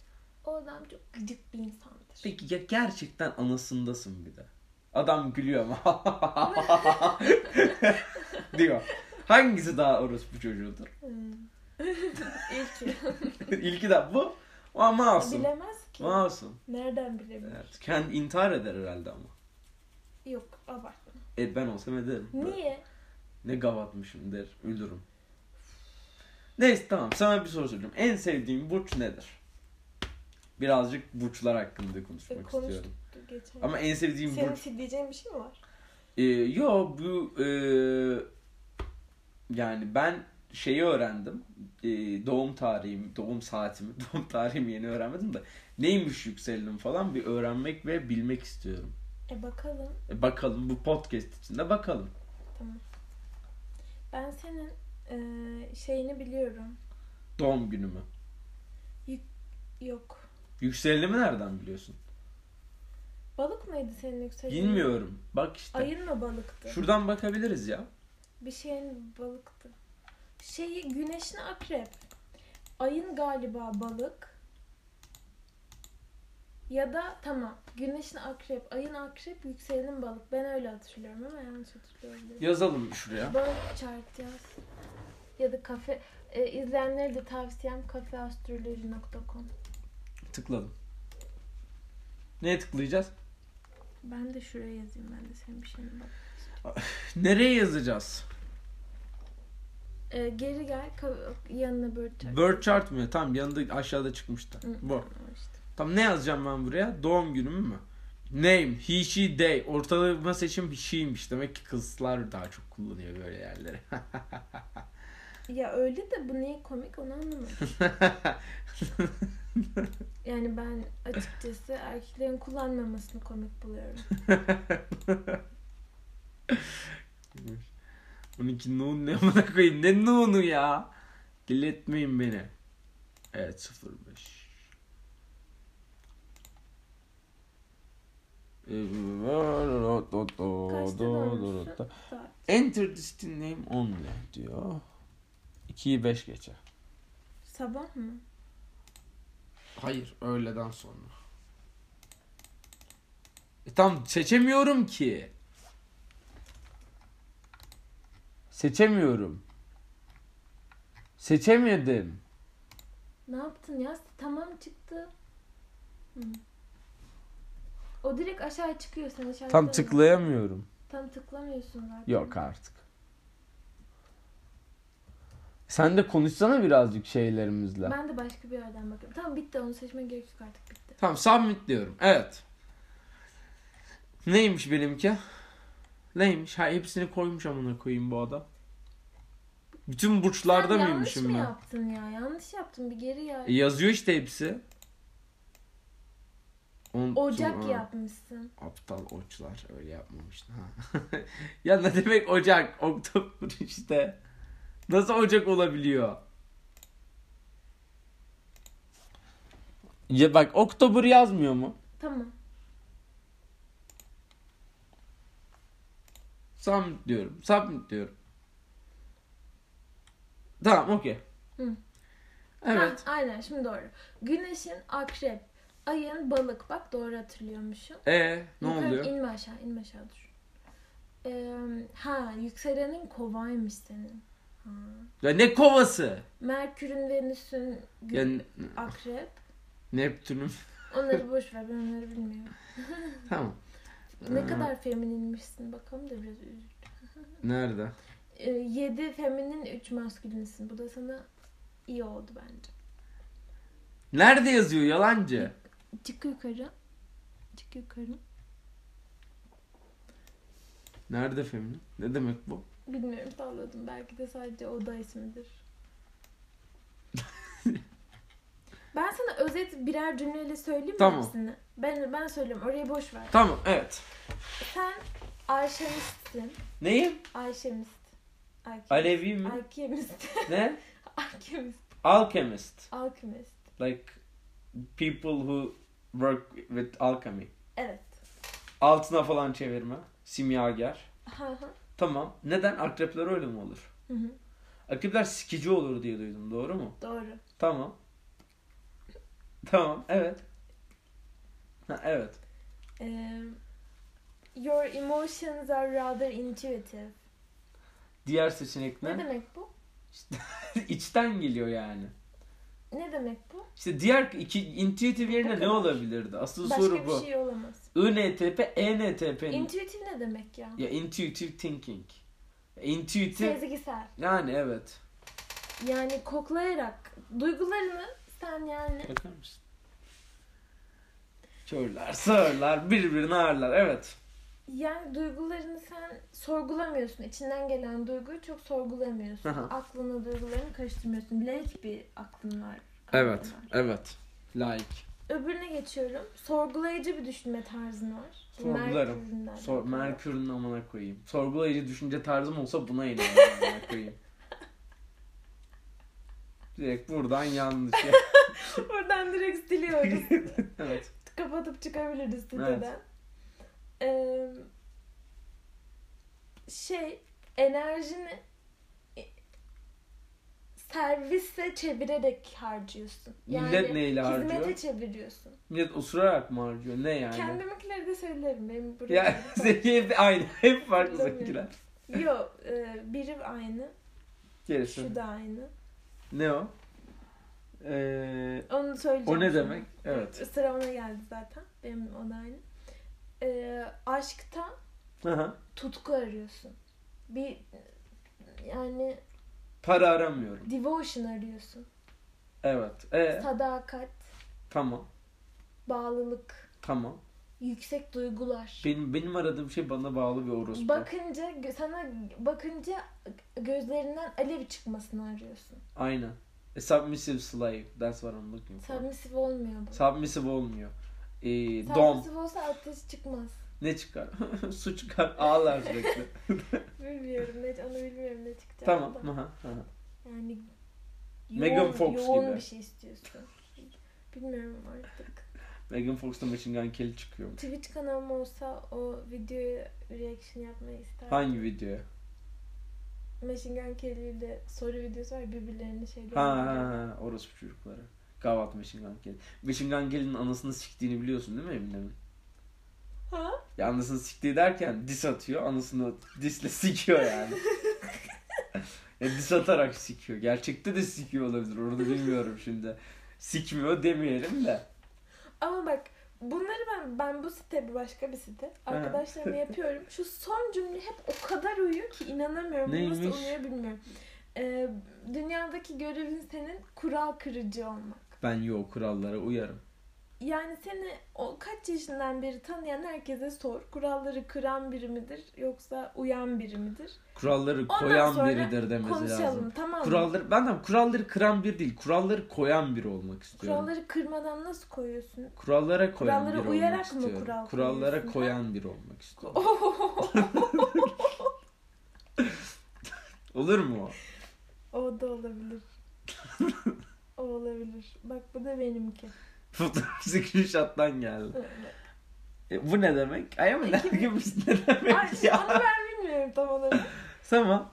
Speaker 2: O adam çok gıcık bir insandır.
Speaker 1: Peki ya gerçekten anasındasın bir de. Adam gülüyor ama diyor. Hangisi daha orospu çocuğudur?
Speaker 2: Hmm. İlki.
Speaker 1: İlki de bu. Ama masum.
Speaker 2: Bilemez ki.
Speaker 1: Masum.
Speaker 2: Nereden bilebilir?
Speaker 1: Evet. Kendi intihar eder herhalde ama.
Speaker 2: Yok abartma.
Speaker 1: E ben olsam ederim.
Speaker 2: Niye? E,
Speaker 1: Ne gavatmışım der. Ölürüm. Neyse tamam sana bir soru soracağım. En sevdiğin burç nedir? Birazcık burçlar hakkında
Speaker 2: E,
Speaker 1: konuşmak
Speaker 2: konuştuk
Speaker 1: istiyorum.
Speaker 2: geçen.
Speaker 1: Ama en sevdiğin
Speaker 2: Senin
Speaker 1: burç...
Speaker 2: fi- diyeceğin bir şey mi var?
Speaker 1: Ee, yo bu e, yani ben şeyi öğrendim. E, doğum tarihim, doğum saatimi, doğum tarihimi yeni öğrenmedim de neymiş yükselenim falan bir öğrenmek ve bilmek istiyorum.
Speaker 2: E bakalım.
Speaker 1: E, bakalım bu podcast içinde bakalım.
Speaker 2: Ben senin e, şeyini biliyorum.
Speaker 1: Doğum günümü.
Speaker 2: Yok.
Speaker 1: Yükselenimi nereden biliyorsun?
Speaker 2: Balık mıydı senin yükselenin?
Speaker 1: Bilmiyorum. Bak işte.
Speaker 2: Ayın mı balıktı?
Speaker 1: Şuradan bakabiliriz ya.
Speaker 2: Bir şeyin balıktı. şeyi güneşin akrep. Ayın galiba balık. Ya da tamam. Güneşin akrep, ayın akrep, yükselenin balık. Ben öyle hatırlıyorum ama yanlış hatırlıyorum.
Speaker 1: Yazalım şuraya.
Speaker 2: Birth chart yaz. Ya da kafe e, izleyenlere de tavsiyem kafeastroloji.com.
Speaker 1: Tıkladım. Neye tıklayacağız?
Speaker 2: Ben de şuraya yazayım ben de senin bir şeyine bak.
Speaker 1: Nereye yazacağız?
Speaker 2: E, geri gel ka- yanına birth chart.
Speaker 1: Birth chart mı? Tamam yanında aşağıda çıkmıştı.
Speaker 2: Hı,
Speaker 1: Bu.
Speaker 2: tamam işte.
Speaker 1: Tam ne yazacağım ben buraya? Doğum günüm mü? Name, he, she, they. Ortalama seçim she'ymiş. Demek ki kızlar daha çok kullanıyor böyle yerleri.
Speaker 2: Ya öyle de bu niye komik onu anlamadım. Yani ben açıkçası erkeklerin kullanmamasını komik buluyorum.
Speaker 1: 12 no ne amına koyayım? Ne no'nu ya? Diletmeyin beni. Evet 05.
Speaker 2: Kaçta doğmuşsun? Saat.
Speaker 1: Enter distin name only diyor. 2'yi 5 geçe.
Speaker 2: Sabah mı?
Speaker 1: Hayır öğleden sonra. E tam seçemiyorum ki. Seçemiyorum. Seçemedim.
Speaker 2: Ne yaptın ya? Tamam çıktı. Hı. O direkt aşağı çıkıyor sen aşağı
Speaker 1: Tam tıklayamıyorum.
Speaker 2: Tam tıklamıyorsun zaten.
Speaker 1: Yok artık. Sen de konuşsana birazcık şeylerimizle.
Speaker 2: Ben de başka bir yerden bakıyorum. Tamam bitti onu seçme gerek yok artık bitti.
Speaker 1: Tamam submit diyorum. Evet. Neymiş benimki? Neymiş? Ha hepsini koymuş amına koyayım bu adam. Bütün burçlarda
Speaker 2: Sen
Speaker 1: mıymışım
Speaker 2: yanlış mı
Speaker 1: ben?
Speaker 2: yaptın ya? Yanlış yaptın bir geri ya.
Speaker 1: E, yazıyor işte hepsi. On-
Speaker 2: Ocak
Speaker 1: Ha,
Speaker 2: yapmışsın.
Speaker 1: Aptal oçlar öyle yapmamıştı. Ha. ya ne demek Ocak? Oktober işte. Nasıl Ocak olabiliyor? Ya bak Oktober yazmıyor mu?
Speaker 2: Tamam.
Speaker 1: Submit diyorum. Submit diyorum. Tamam okey.
Speaker 2: Hı.
Speaker 1: Evet.
Speaker 2: Ha, aynen şimdi doğru. Güneşin akrep, ayın balık. Bak doğru hatırlıyormuşum.
Speaker 1: E ne
Speaker 2: Yukarı-
Speaker 1: oluyor?
Speaker 2: İnme aşağı, inme aşağı dur. Ee, ha, yükselenin kovaymış senin. Ha.
Speaker 1: Ya ne kovası?
Speaker 2: Merkür'ün, Venüs'ün gü-
Speaker 1: Yani
Speaker 2: akrep.
Speaker 1: Neptün'üm.
Speaker 2: Onları boş ver, ben onları bilmiyorum.
Speaker 1: tamam.
Speaker 2: Ne
Speaker 1: Ee.
Speaker 2: kadar femininmişsin bakalım da biraz üzül.
Speaker 1: Nerede?
Speaker 2: Ee, 7 feminin, 3 maskülinsin. Bu da sana iyi oldu bence.
Speaker 1: Nerede yazıyor yalancı?
Speaker 2: Çık yukarı. Çık yukarı.
Speaker 1: Nerede feminin? Ne demek bu?
Speaker 2: Bilmiyorum salladım. Belki de sadece oda ismidir. ben sana özet birer cümleyle söyleyeyim mi
Speaker 1: Tamam.
Speaker 2: hepsini? Ben, ben söylüyorum. Orayı boş ver.
Speaker 1: Tamam evet.
Speaker 2: Sen alşemistsin.
Speaker 1: Neyim?
Speaker 2: Alşemist. Alkemist.
Speaker 1: Alevi mi?
Speaker 2: Alkemist.
Speaker 1: ne?
Speaker 2: Alkemist.
Speaker 1: Alchemist.
Speaker 2: Alkemist.
Speaker 1: Like people who work with alchemy.
Speaker 2: Evet.
Speaker 1: Altına falan çevirme. Simyager.
Speaker 2: Hı hı.
Speaker 1: Tamam. Neden? Akrepler öyle mi olur?
Speaker 2: Hı hı.
Speaker 1: Akrepler sikici olur diye duydum. Doğru mu?
Speaker 2: Doğru.
Speaker 1: Tamam. Tamam. Evet. Ha, evet.
Speaker 2: Ee, your emotions are rather intuitive.
Speaker 1: Diğer seçenek
Speaker 2: Ne
Speaker 1: ne?
Speaker 2: demek bu?
Speaker 1: İçten geliyor yani.
Speaker 2: Ne demek bu?
Speaker 1: İşte diğer iki intuitif yerine
Speaker 2: Bu
Speaker 1: ne
Speaker 2: kadar.
Speaker 1: olabilirdi? Asıl
Speaker 2: Başka
Speaker 1: soru
Speaker 2: bir
Speaker 1: bu.
Speaker 2: şey olamaz.
Speaker 1: INTP, ENTP. 'nin-
Speaker 2: Intuitive ne demek ya?
Speaker 1: Ya intuitive thinking. Intuitive
Speaker 2: Sezgisel.
Speaker 1: yani evet.
Speaker 2: Yani koklayarak duygularını sen yani
Speaker 1: Bakar mısın? Körler, sağırlar, birbirini ağırlar. Evet.
Speaker 2: yani duygularını sen sorgulamıyorsun. İçinden gelen duyguyu çok sorgulamıyorsun.
Speaker 1: Aha.
Speaker 2: Aklını duygularını karıştırmıyorsun. Laik bir aklın var. Aklın var.
Speaker 1: Evet. Like.
Speaker 2: Öbürüne geçiyorum. Sorgulayıcı bir düşünme tarzın var. Bu
Speaker 1: Sorgularım.
Speaker 2: Merkür'ün nereden
Speaker 1: Sor,
Speaker 2: geliyor?
Speaker 1: Merkür'ün amına koyayım. Sorgulayıcı düşünce tarzım olsa buna inanırım amına koyayım. Direkt buradan yanlış.
Speaker 2: Oradan direkt siliyoruz.
Speaker 1: evet.
Speaker 2: Kapatıp çıkabiliriz siteden. Ee, şey enerjini servise çevirerek harcıyorsun. Yani
Speaker 1: Millet neyle
Speaker 2: hizmete
Speaker 1: harcıyor?
Speaker 2: çeviriyorsun.
Speaker 1: Millet osurarak mı harcıyor? Ne yani?
Speaker 2: Kendimkileri de söylerim. Benim buraya
Speaker 1: Ya zeki hep aynı. Hep farklı
Speaker 2: Bilmiyorum.
Speaker 1: zekiler.
Speaker 2: Yo, e, biri aynı,
Speaker 1: Gerisi.
Speaker 2: şu da aynı.
Speaker 1: Ne o? Ee,
Speaker 2: Onu söyleyeceğim.
Speaker 1: o ne
Speaker 2: sana.
Speaker 1: demek? Evet.
Speaker 2: Sıra ona geldi zaten. Benim o da aynı. E, aşkta
Speaker 1: Aha.
Speaker 2: tutku arıyorsun. Bir yani
Speaker 1: Para aramıyorum.
Speaker 2: devotion arıyorsun.
Speaker 1: Evet. Ee,
Speaker 2: Sadakat,
Speaker 1: tamam.
Speaker 2: bağlılık,
Speaker 1: Tamam.
Speaker 2: yüksek duygular.
Speaker 1: Benim benim aradığım şey bana bağlı bir orospu.
Speaker 2: Bakınca gö- sana bakınca gözlerinden alev çıkmasını arıyorsun.
Speaker 1: Aynen. A submissive slave. That's what I'm looking for.
Speaker 2: Submissive olmuyor bu.
Speaker 1: submissive olmuyor. Ee, dom.
Speaker 2: Submissive olsa ateş çıkmaz.
Speaker 1: Ne çıkar? Su çıkar. Ağlar sürekli.
Speaker 2: Bilmiyorum ne onu bilmiyorum ne çıkacak.
Speaker 1: tamam. Aha, aha.
Speaker 2: Yani
Speaker 1: Megan
Speaker 2: yoğun,
Speaker 1: Fox
Speaker 2: yoğun
Speaker 1: gibi.
Speaker 2: bir şey istiyorsun. Bilmiyorum artık.
Speaker 1: Megan Fox'ta Machine Gun Kelly çıkıyor.
Speaker 2: Twitch kanalım olsa o videoya reaction yapmayı isterdim.
Speaker 1: Hangi videoya?
Speaker 2: Machine Gun Kelly ile soru videosu var birbirlerine şey
Speaker 1: Ha ha ha. Orospu çocukları. Gavat Machine Gun Kelly. Machine Gun Kelly'nin anasını siktiğini biliyorsun değil mi Eminem'in?
Speaker 2: Ha?
Speaker 1: Ya anasını siktiği derken dis atıyor. Anasını disle sikiyor yani. ya dis atarak sikiyor. Gerçekte de sikiyor olabilir. Orada bilmiyorum şimdi. Sikmiyor demeyelim de.
Speaker 2: Ama bak bunları ben ben bu site bir başka bir site. Arkadaşlarıma yapıyorum. Şu son cümle hep o kadar uyuyor ki inanamıyorum. Bu
Speaker 1: Neymiş?
Speaker 2: Nasıl uyuyor bilmiyorum. Ee, dünyadaki görevin senin kural kırıcı olmak.
Speaker 1: Ben yo kurallara uyarım.
Speaker 2: Yani seni o kaç yaşından beri tanıyan herkese sor. Kuralları kıran biri midir yoksa uyan biri midir?
Speaker 1: Kuralları
Speaker 2: Ondan
Speaker 1: koyan
Speaker 2: sonra
Speaker 1: biridir demesi
Speaker 2: Konuşalım
Speaker 1: lazım.
Speaker 2: tamam mı?
Speaker 1: Kuralları ben de kuralları kıran bir değil. Kuralları koyan biri olmak istiyorum.
Speaker 2: Kuralları kırmadan nasıl koyuyorsun?
Speaker 1: Kurallara koyan
Speaker 2: Kurallara
Speaker 1: biri
Speaker 2: uyarak
Speaker 1: olmak
Speaker 2: mı
Speaker 1: istiyorum.
Speaker 2: kural
Speaker 1: kurallara
Speaker 2: koyuyorsun?
Speaker 1: koyan biri olmak istiyorum. Olur mu? o?
Speaker 2: O da olabilir. o olabilir. Bak bu da benimki.
Speaker 1: Fotoğraf screenshot'tan geldi. E, bu ne demek? Ay ama ne
Speaker 2: İki bin-
Speaker 1: demek? ne
Speaker 2: Ay, şey,
Speaker 1: demek
Speaker 2: onu
Speaker 1: ya?
Speaker 2: ben bilmiyorum tam olarak.
Speaker 1: Tamam.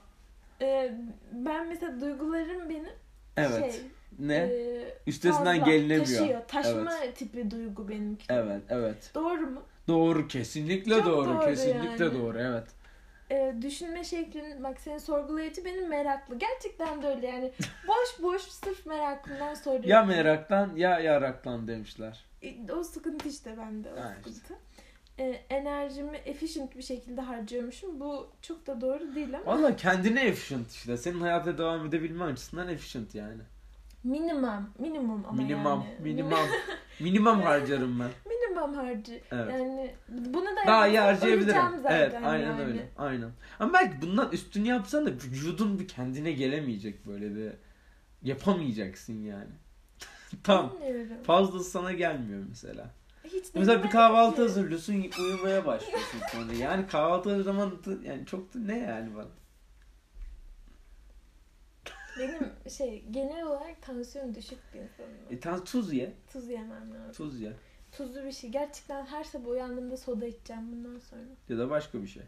Speaker 2: Ee, ben mesela duygularım benim
Speaker 1: Evet.
Speaker 2: şey.
Speaker 1: ne?
Speaker 2: e,
Speaker 1: Üstesinden
Speaker 2: fazla
Speaker 1: gelinemiyor.
Speaker 2: Taşıyor. Taşma tipi duygu benimki.
Speaker 1: Evet, evet.
Speaker 2: Doğru mu?
Speaker 1: Doğru, kesinlikle
Speaker 2: Çok
Speaker 1: doğru,
Speaker 2: doğru
Speaker 1: kesinlikle
Speaker 2: yani.
Speaker 1: doğru. Evet.
Speaker 2: Ee, düşünme şeklin bak seni sorgulayıcı benim meraklı. Gerçekten de öyle yani. Boş boş sırf merakından soruyorum.
Speaker 1: Ya meraktan ya yaraktan demişler.
Speaker 2: E, O sıkıntı işte bende o
Speaker 1: Ha,
Speaker 2: sıkıntı. E, enerjimi efficient bir şekilde harcıyormuşum. Bu çok da doğru değil ama
Speaker 1: Valla kendine efficient işte. Senin hayata devam edebilmen açısından efficient yani.
Speaker 2: minimum, minimum ama
Speaker 1: minimum,
Speaker 2: yani.
Speaker 1: minimum, minimum harcarım ben.
Speaker 2: Minimum harcı.
Speaker 1: Evet.
Speaker 2: Yani bunu da
Speaker 1: Daha iyi
Speaker 2: yaparsam
Speaker 1: harcayabilirim.
Speaker 2: öleceğim zaten
Speaker 1: Evet, aynen
Speaker 2: yani.
Speaker 1: öyle. Aynen. Ama belki bundan üstünü yapsan da vücudun bir kendine gelemeyecek böyle bir. Yapamayacaksın yani. Tam.
Speaker 2: Bilmiyorum.
Speaker 1: Fazlası sana gelmiyor mesela.
Speaker 2: Hiç
Speaker 1: Mesela bir
Speaker 2: denemedim
Speaker 1: kahvaltı
Speaker 2: ki.
Speaker 1: hazırlıyorsun, uyumaya başlıyorsun sonra. Yani kahvaltı o zaman da- yani çok da ne yani bana.
Speaker 2: Benim şey genel olarak tansiyon düşük bir insanım. ben.
Speaker 1: E tam tuz ye,
Speaker 2: Tuz yemem lazım.
Speaker 1: tuz ye
Speaker 2: Tuzlu bir şey. Gerçekten her sabah uyandığımda soda içeceğim bundan sonra.
Speaker 1: ya da başka bir şey.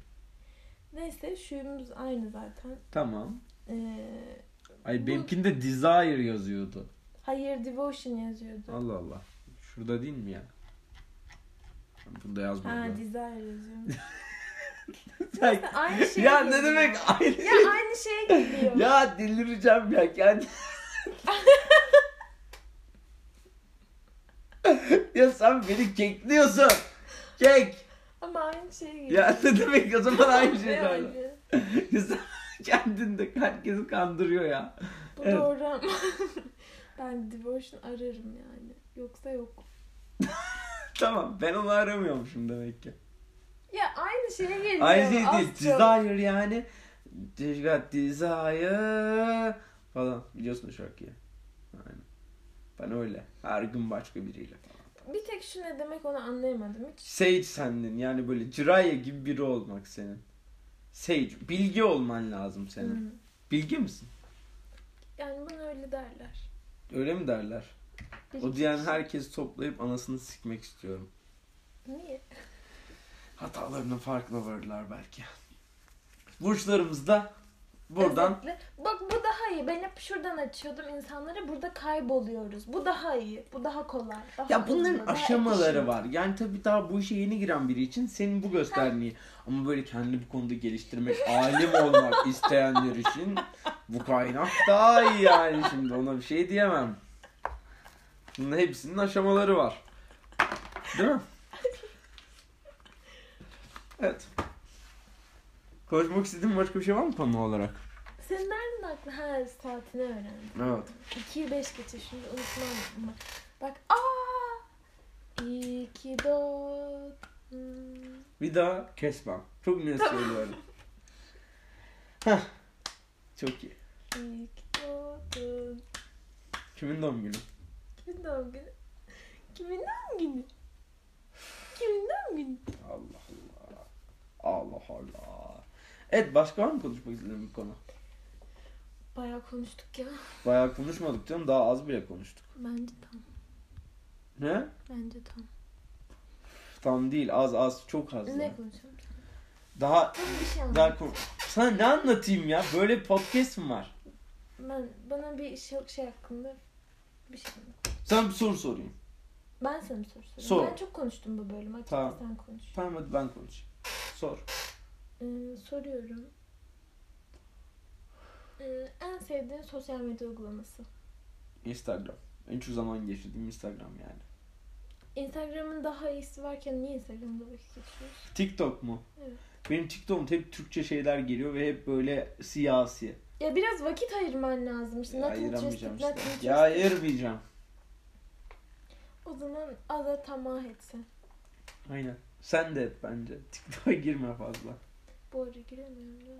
Speaker 2: Neyse şuyumuz aynı zaten.
Speaker 1: Tamam.
Speaker 2: Ee,
Speaker 1: Ay
Speaker 2: Bu-
Speaker 1: benimkinde desire yazıyordu.
Speaker 2: hayır devotion yazıyordu.
Speaker 1: Allah Allah. Şurada değil mi ya? Bunda
Speaker 2: Ha
Speaker 1: yazmıyor.
Speaker 2: desire yazıyorum.
Speaker 1: Ya,
Speaker 2: aynı şey.
Speaker 1: ya ne demek aynı
Speaker 2: Ya
Speaker 1: şey?
Speaker 2: aynı şeye geliyor.
Speaker 1: Ya delireceğim ya kendi. ya sen beni kekliyorsun. Kek.
Speaker 2: Ama aynı şeye geliyor.
Speaker 1: Ya ne demek o zaman aynı şey
Speaker 2: Ne
Speaker 1: söyle.
Speaker 2: aynı?
Speaker 1: İnsan kendinde herkesi kandırıyor ya.
Speaker 2: Bu
Speaker 1: Evet.
Speaker 2: doğru ama ben devotion ararım yani. Yoksa yok.
Speaker 1: Tamam ben onu aramıyormuşum demek ki.
Speaker 2: Ya aynı şeye geliyor.
Speaker 1: Aynı şey
Speaker 2: az
Speaker 1: değil.
Speaker 2: çok.
Speaker 1: Desire yani. Just got desire falan. Biliyorsun o şarkıyı. Aynen. Ben öyle. Her gün başka biriyle falan.
Speaker 2: Bir tek şu ne demek onu anlayamadım hiç.
Speaker 1: Sage sendin yani böyle Jiraiya gibi biri olmak senin. Sage. Bilgi olman lazım senin.
Speaker 2: Hı.
Speaker 1: Bilgi misin?
Speaker 2: Hmm. Yani bunu öyle derler.
Speaker 1: Öyle mi derler?
Speaker 2: Bir
Speaker 1: O
Speaker 2: iki
Speaker 1: diyen
Speaker 2: kişi-
Speaker 1: herkesi toplayıp anasını sikmek istiyorum.
Speaker 2: Niye?
Speaker 1: Hatalarının farkına varırlar belki. Burçlarımızda Buradan
Speaker 2: Özetle, Bak bu daha iyi. Ben hep şuradan açıyordum insanlara. Burada kayboluyoruz. Bu daha iyi. Bu daha kolay. Daha
Speaker 1: ya bunların
Speaker 2: hızlı, daha
Speaker 1: aşamaları
Speaker 2: efficient.
Speaker 1: var. Yani tabii daha bu işe yeni giren biri için senin bu gösterdiğin iyi. Ama böyle kendini bu konuda geliştirmek, alim olmak isteyenler için bu kaynak daha iyi yani şimdi ona bir şey diyemem. Bunun hepsinin aşamaları var. Değil mi? Evet. Konuşmak istediğin başka bir şey var mı konu olarak?
Speaker 2: Senin nereden aklın? Ha saatini öğrendim.
Speaker 1: Evet.
Speaker 2: 2'yi 5 geçe şimdi unutmam. mı? Bak aa 2 4
Speaker 1: Bir daha kesmem. Çok net söylüyorum. Heh. Çok iyi.
Speaker 2: 2 4
Speaker 1: Kimin doğum günü?
Speaker 2: Kimin doğum günü? Kimin doğum günü? Kimin doğum günü?
Speaker 1: Allah Allah. Allah Allah. Evet başka var mı konuşmak istediğin bir konu?
Speaker 2: Bayağı konuştuk ya.
Speaker 1: Bayağı konuşmadık canım daha az bile konuştuk.
Speaker 2: Bence tam.
Speaker 1: Ne?
Speaker 2: Bence tam.
Speaker 1: Tam değil az az çok az. yani.
Speaker 2: Ne konuşalım?
Speaker 1: Daha
Speaker 2: Tam bir şey anlat.
Speaker 1: daha kon- Sana ne anlatayım ya? Böyle bir podcast mi var?
Speaker 2: Ben bana bir şey, şey hakkında bir şey anlat.
Speaker 1: Sana bir soru sorayım.
Speaker 2: Ben sana bir soru sorayım.
Speaker 1: Sor.
Speaker 2: Ben çok konuştum bu bölüm. Açıkçası
Speaker 1: Tamam.
Speaker 2: sen konuş.
Speaker 1: Tamam hadi ben konuşayım. Sor.
Speaker 2: Ee, soruyorum. Ee, en sevdiğin sosyal medya uygulaması.
Speaker 1: Instagram. En çok zaman geçirdiğim Instagram yani.
Speaker 2: Instagram'ın daha iyisi varken niye Instagram'da vakit geçiriyorsun?
Speaker 1: TikTok mu?
Speaker 2: Evet.
Speaker 1: Benim TikTok'um hep Türkçe şeyler geliyor ve hep böyle siyasi.
Speaker 2: Ya biraz vakit ayırman lazım. İşte not interested,
Speaker 1: Ayıramayacağım
Speaker 2: not
Speaker 1: işte.
Speaker 2: interested.
Speaker 1: Ya ayırmayacağım.
Speaker 2: O zaman ada tamah etsin.
Speaker 1: Aynen. Sen de et bence. TikTok'a girme fazla.
Speaker 2: Bu ara giremiyorum zaten.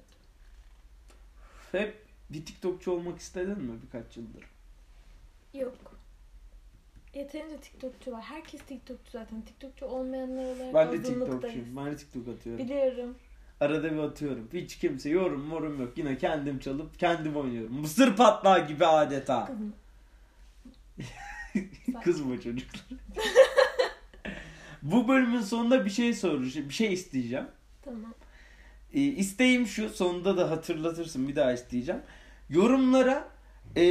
Speaker 1: Hep bir TikTokçu olmak istedin mi birkaç yıldır?
Speaker 2: Yok. Yeterince TikTokçu var. Herkes TikTokçu zaten. TikTokçu olmayanlar olarak
Speaker 1: Ben de
Speaker 2: azınlıktayız.
Speaker 1: TikTokçuyum. Ben de TikTok atıyorum.
Speaker 2: Biliyorum.
Speaker 1: Arada bir atıyorum. Hiç kimse yorum morum yok. Yine kendim çalıp kendim oynuyorum. Mısır patlağı gibi adeta.
Speaker 2: Kızım.
Speaker 1: Kızma çocuklar. Bu bölümün sonunda bir şey soracağım. Bir şey isteyeceğim.
Speaker 2: Tamam.
Speaker 1: E, isteğim şu sonunda da hatırlatırsın bir daha isteyeceğim. Yorumlara e,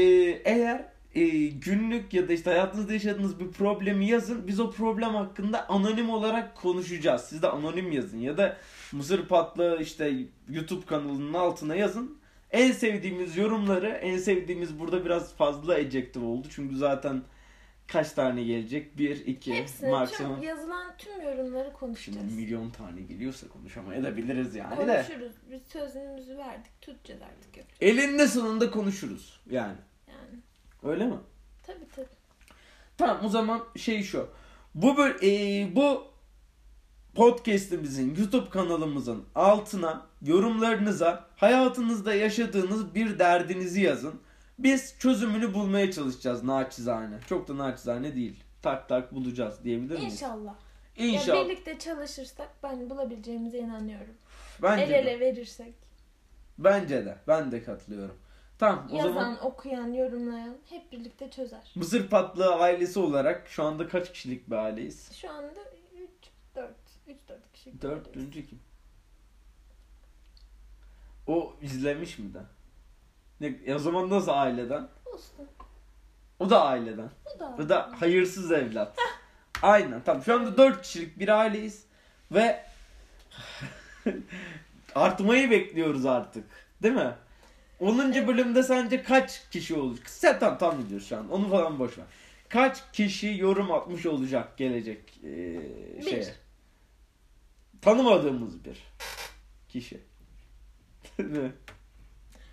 Speaker 1: eğer e, günlük ya da işte hayatınızda yaşadığınız bir problemi yazın. Biz o problem hakkında anonim olarak konuşacağız. Siz de anonim yazın ya da Mısır Patlı işte YouTube kanalının altına yazın. En sevdiğimiz yorumları, en sevdiğimiz burada biraz fazla ejective oldu. Çünkü zaten kaç tane gelecek? Bir, iki,
Speaker 2: Hepsini
Speaker 1: maksimum.
Speaker 2: tüm yazılan tüm yorumları
Speaker 1: Şimdi
Speaker 2: konuşacağız.
Speaker 1: milyon tane geliyorsa konuşamayabiliriz yani de.
Speaker 2: Konuşuruz. Biz sözümüzü verdik. Tutacağız artık. yapacak.
Speaker 1: Elinde sonunda konuşuruz yani.
Speaker 2: Yani.
Speaker 1: Öyle mi?
Speaker 2: Tabii tabii.
Speaker 1: Tamam o zaman şey şu. Bu böl eee, bu podcast'imizin YouTube kanalımızın altına yorumlarınıza hayatınızda yaşadığınız bir derdinizi yazın. Biz çözümünü bulmaya çalışacağız naçizane. Çok da naçizane değil. Tak tak bulacağız diyebilir miyiz?
Speaker 2: İnşallah. Ya
Speaker 1: İnşallah.
Speaker 2: birlikte çalışırsak ben bulabileceğimize inanıyorum.
Speaker 1: Bence
Speaker 2: El
Speaker 1: de.
Speaker 2: ele verirsek.
Speaker 1: Bence de. Ben de katılıyorum. Tamam o
Speaker 2: yazan,
Speaker 1: zaman
Speaker 2: okuyan, yorumlayan hep birlikte çözer.
Speaker 1: Mısır Patlığı ailesi olarak şu anda kaç kişilik bir aileyiz?
Speaker 2: Şu anda 3 4 3 4 kişi. gidiyoruz.
Speaker 1: Dördüncü kim? O izlemiş mi de? Ne, o zaman nasıl aileden?
Speaker 2: Olsun.
Speaker 1: O da aileden.
Speaker 2: Bu da.
Speaker 1: Bu da hayırsız evlat. Aynen tamam şu anda dört kişilik bir aileyiz. Ve artmayı bekliyoruz artık. Değil mi? 10.
Speaker 2: Evet.
Speaker 1: bölümde sence kaç kişi olacak? Sen tam tam gidiyoruz şu an. Onu falan boş ver. Kaç kişi yorum atmış olacak gelecek eee
Speaker 2: Bir.
Speaker 1: şeye? Tanımadığımız bir kişi. Değil mi?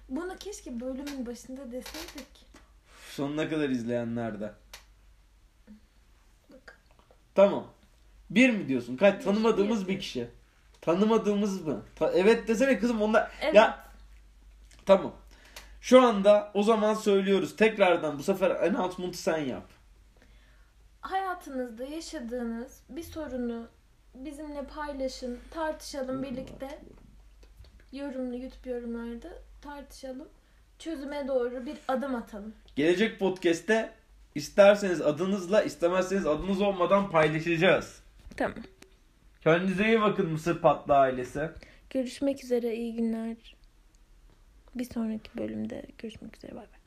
Speaker 2: Bunu keşke bölümün başında deseydik.
Speaker 1: Sonuna kadar izleyenler de.
Speaker 2: Bak.
Speaker 1: Tamam. Bir mi diyorsun? Kaç
Speaker 2: Bir,
Speaker 1: tanımadığımız
Speaker 2: bir,
Speaker 1: bir
Speaker 2: bir.
Speaker 1: kişi. Tanımadığımız mı? Ta- evet desene kızım onlar.
Speaker 2: Evet.
Speaker 1: Ya tamam. Şu anda o zaman söylüyoruz. Tekrardan bu sefer announcement'ı sen yap.
Speaker 2: Hayatınızda yaşadığınız bir sorunu bizimle paylaşın, tartışalım birlikte. Yorumlu YouTube yorumlarda tartışalım. Çözüme doğru bir adım atalım.
Speaker 1: Gelecek podcast'te isterseniz adınızla istemezseniz adınız olmadan paylaşacağız.
Speaker 2: Tamam.
Speaker 1: Kendinize iyi bakın Mısır Patlı ailesi.
Speaker 2: Görüşmek üzere iyi günler. Bir sonraki bölümde görüşmek üzere. Bay bay.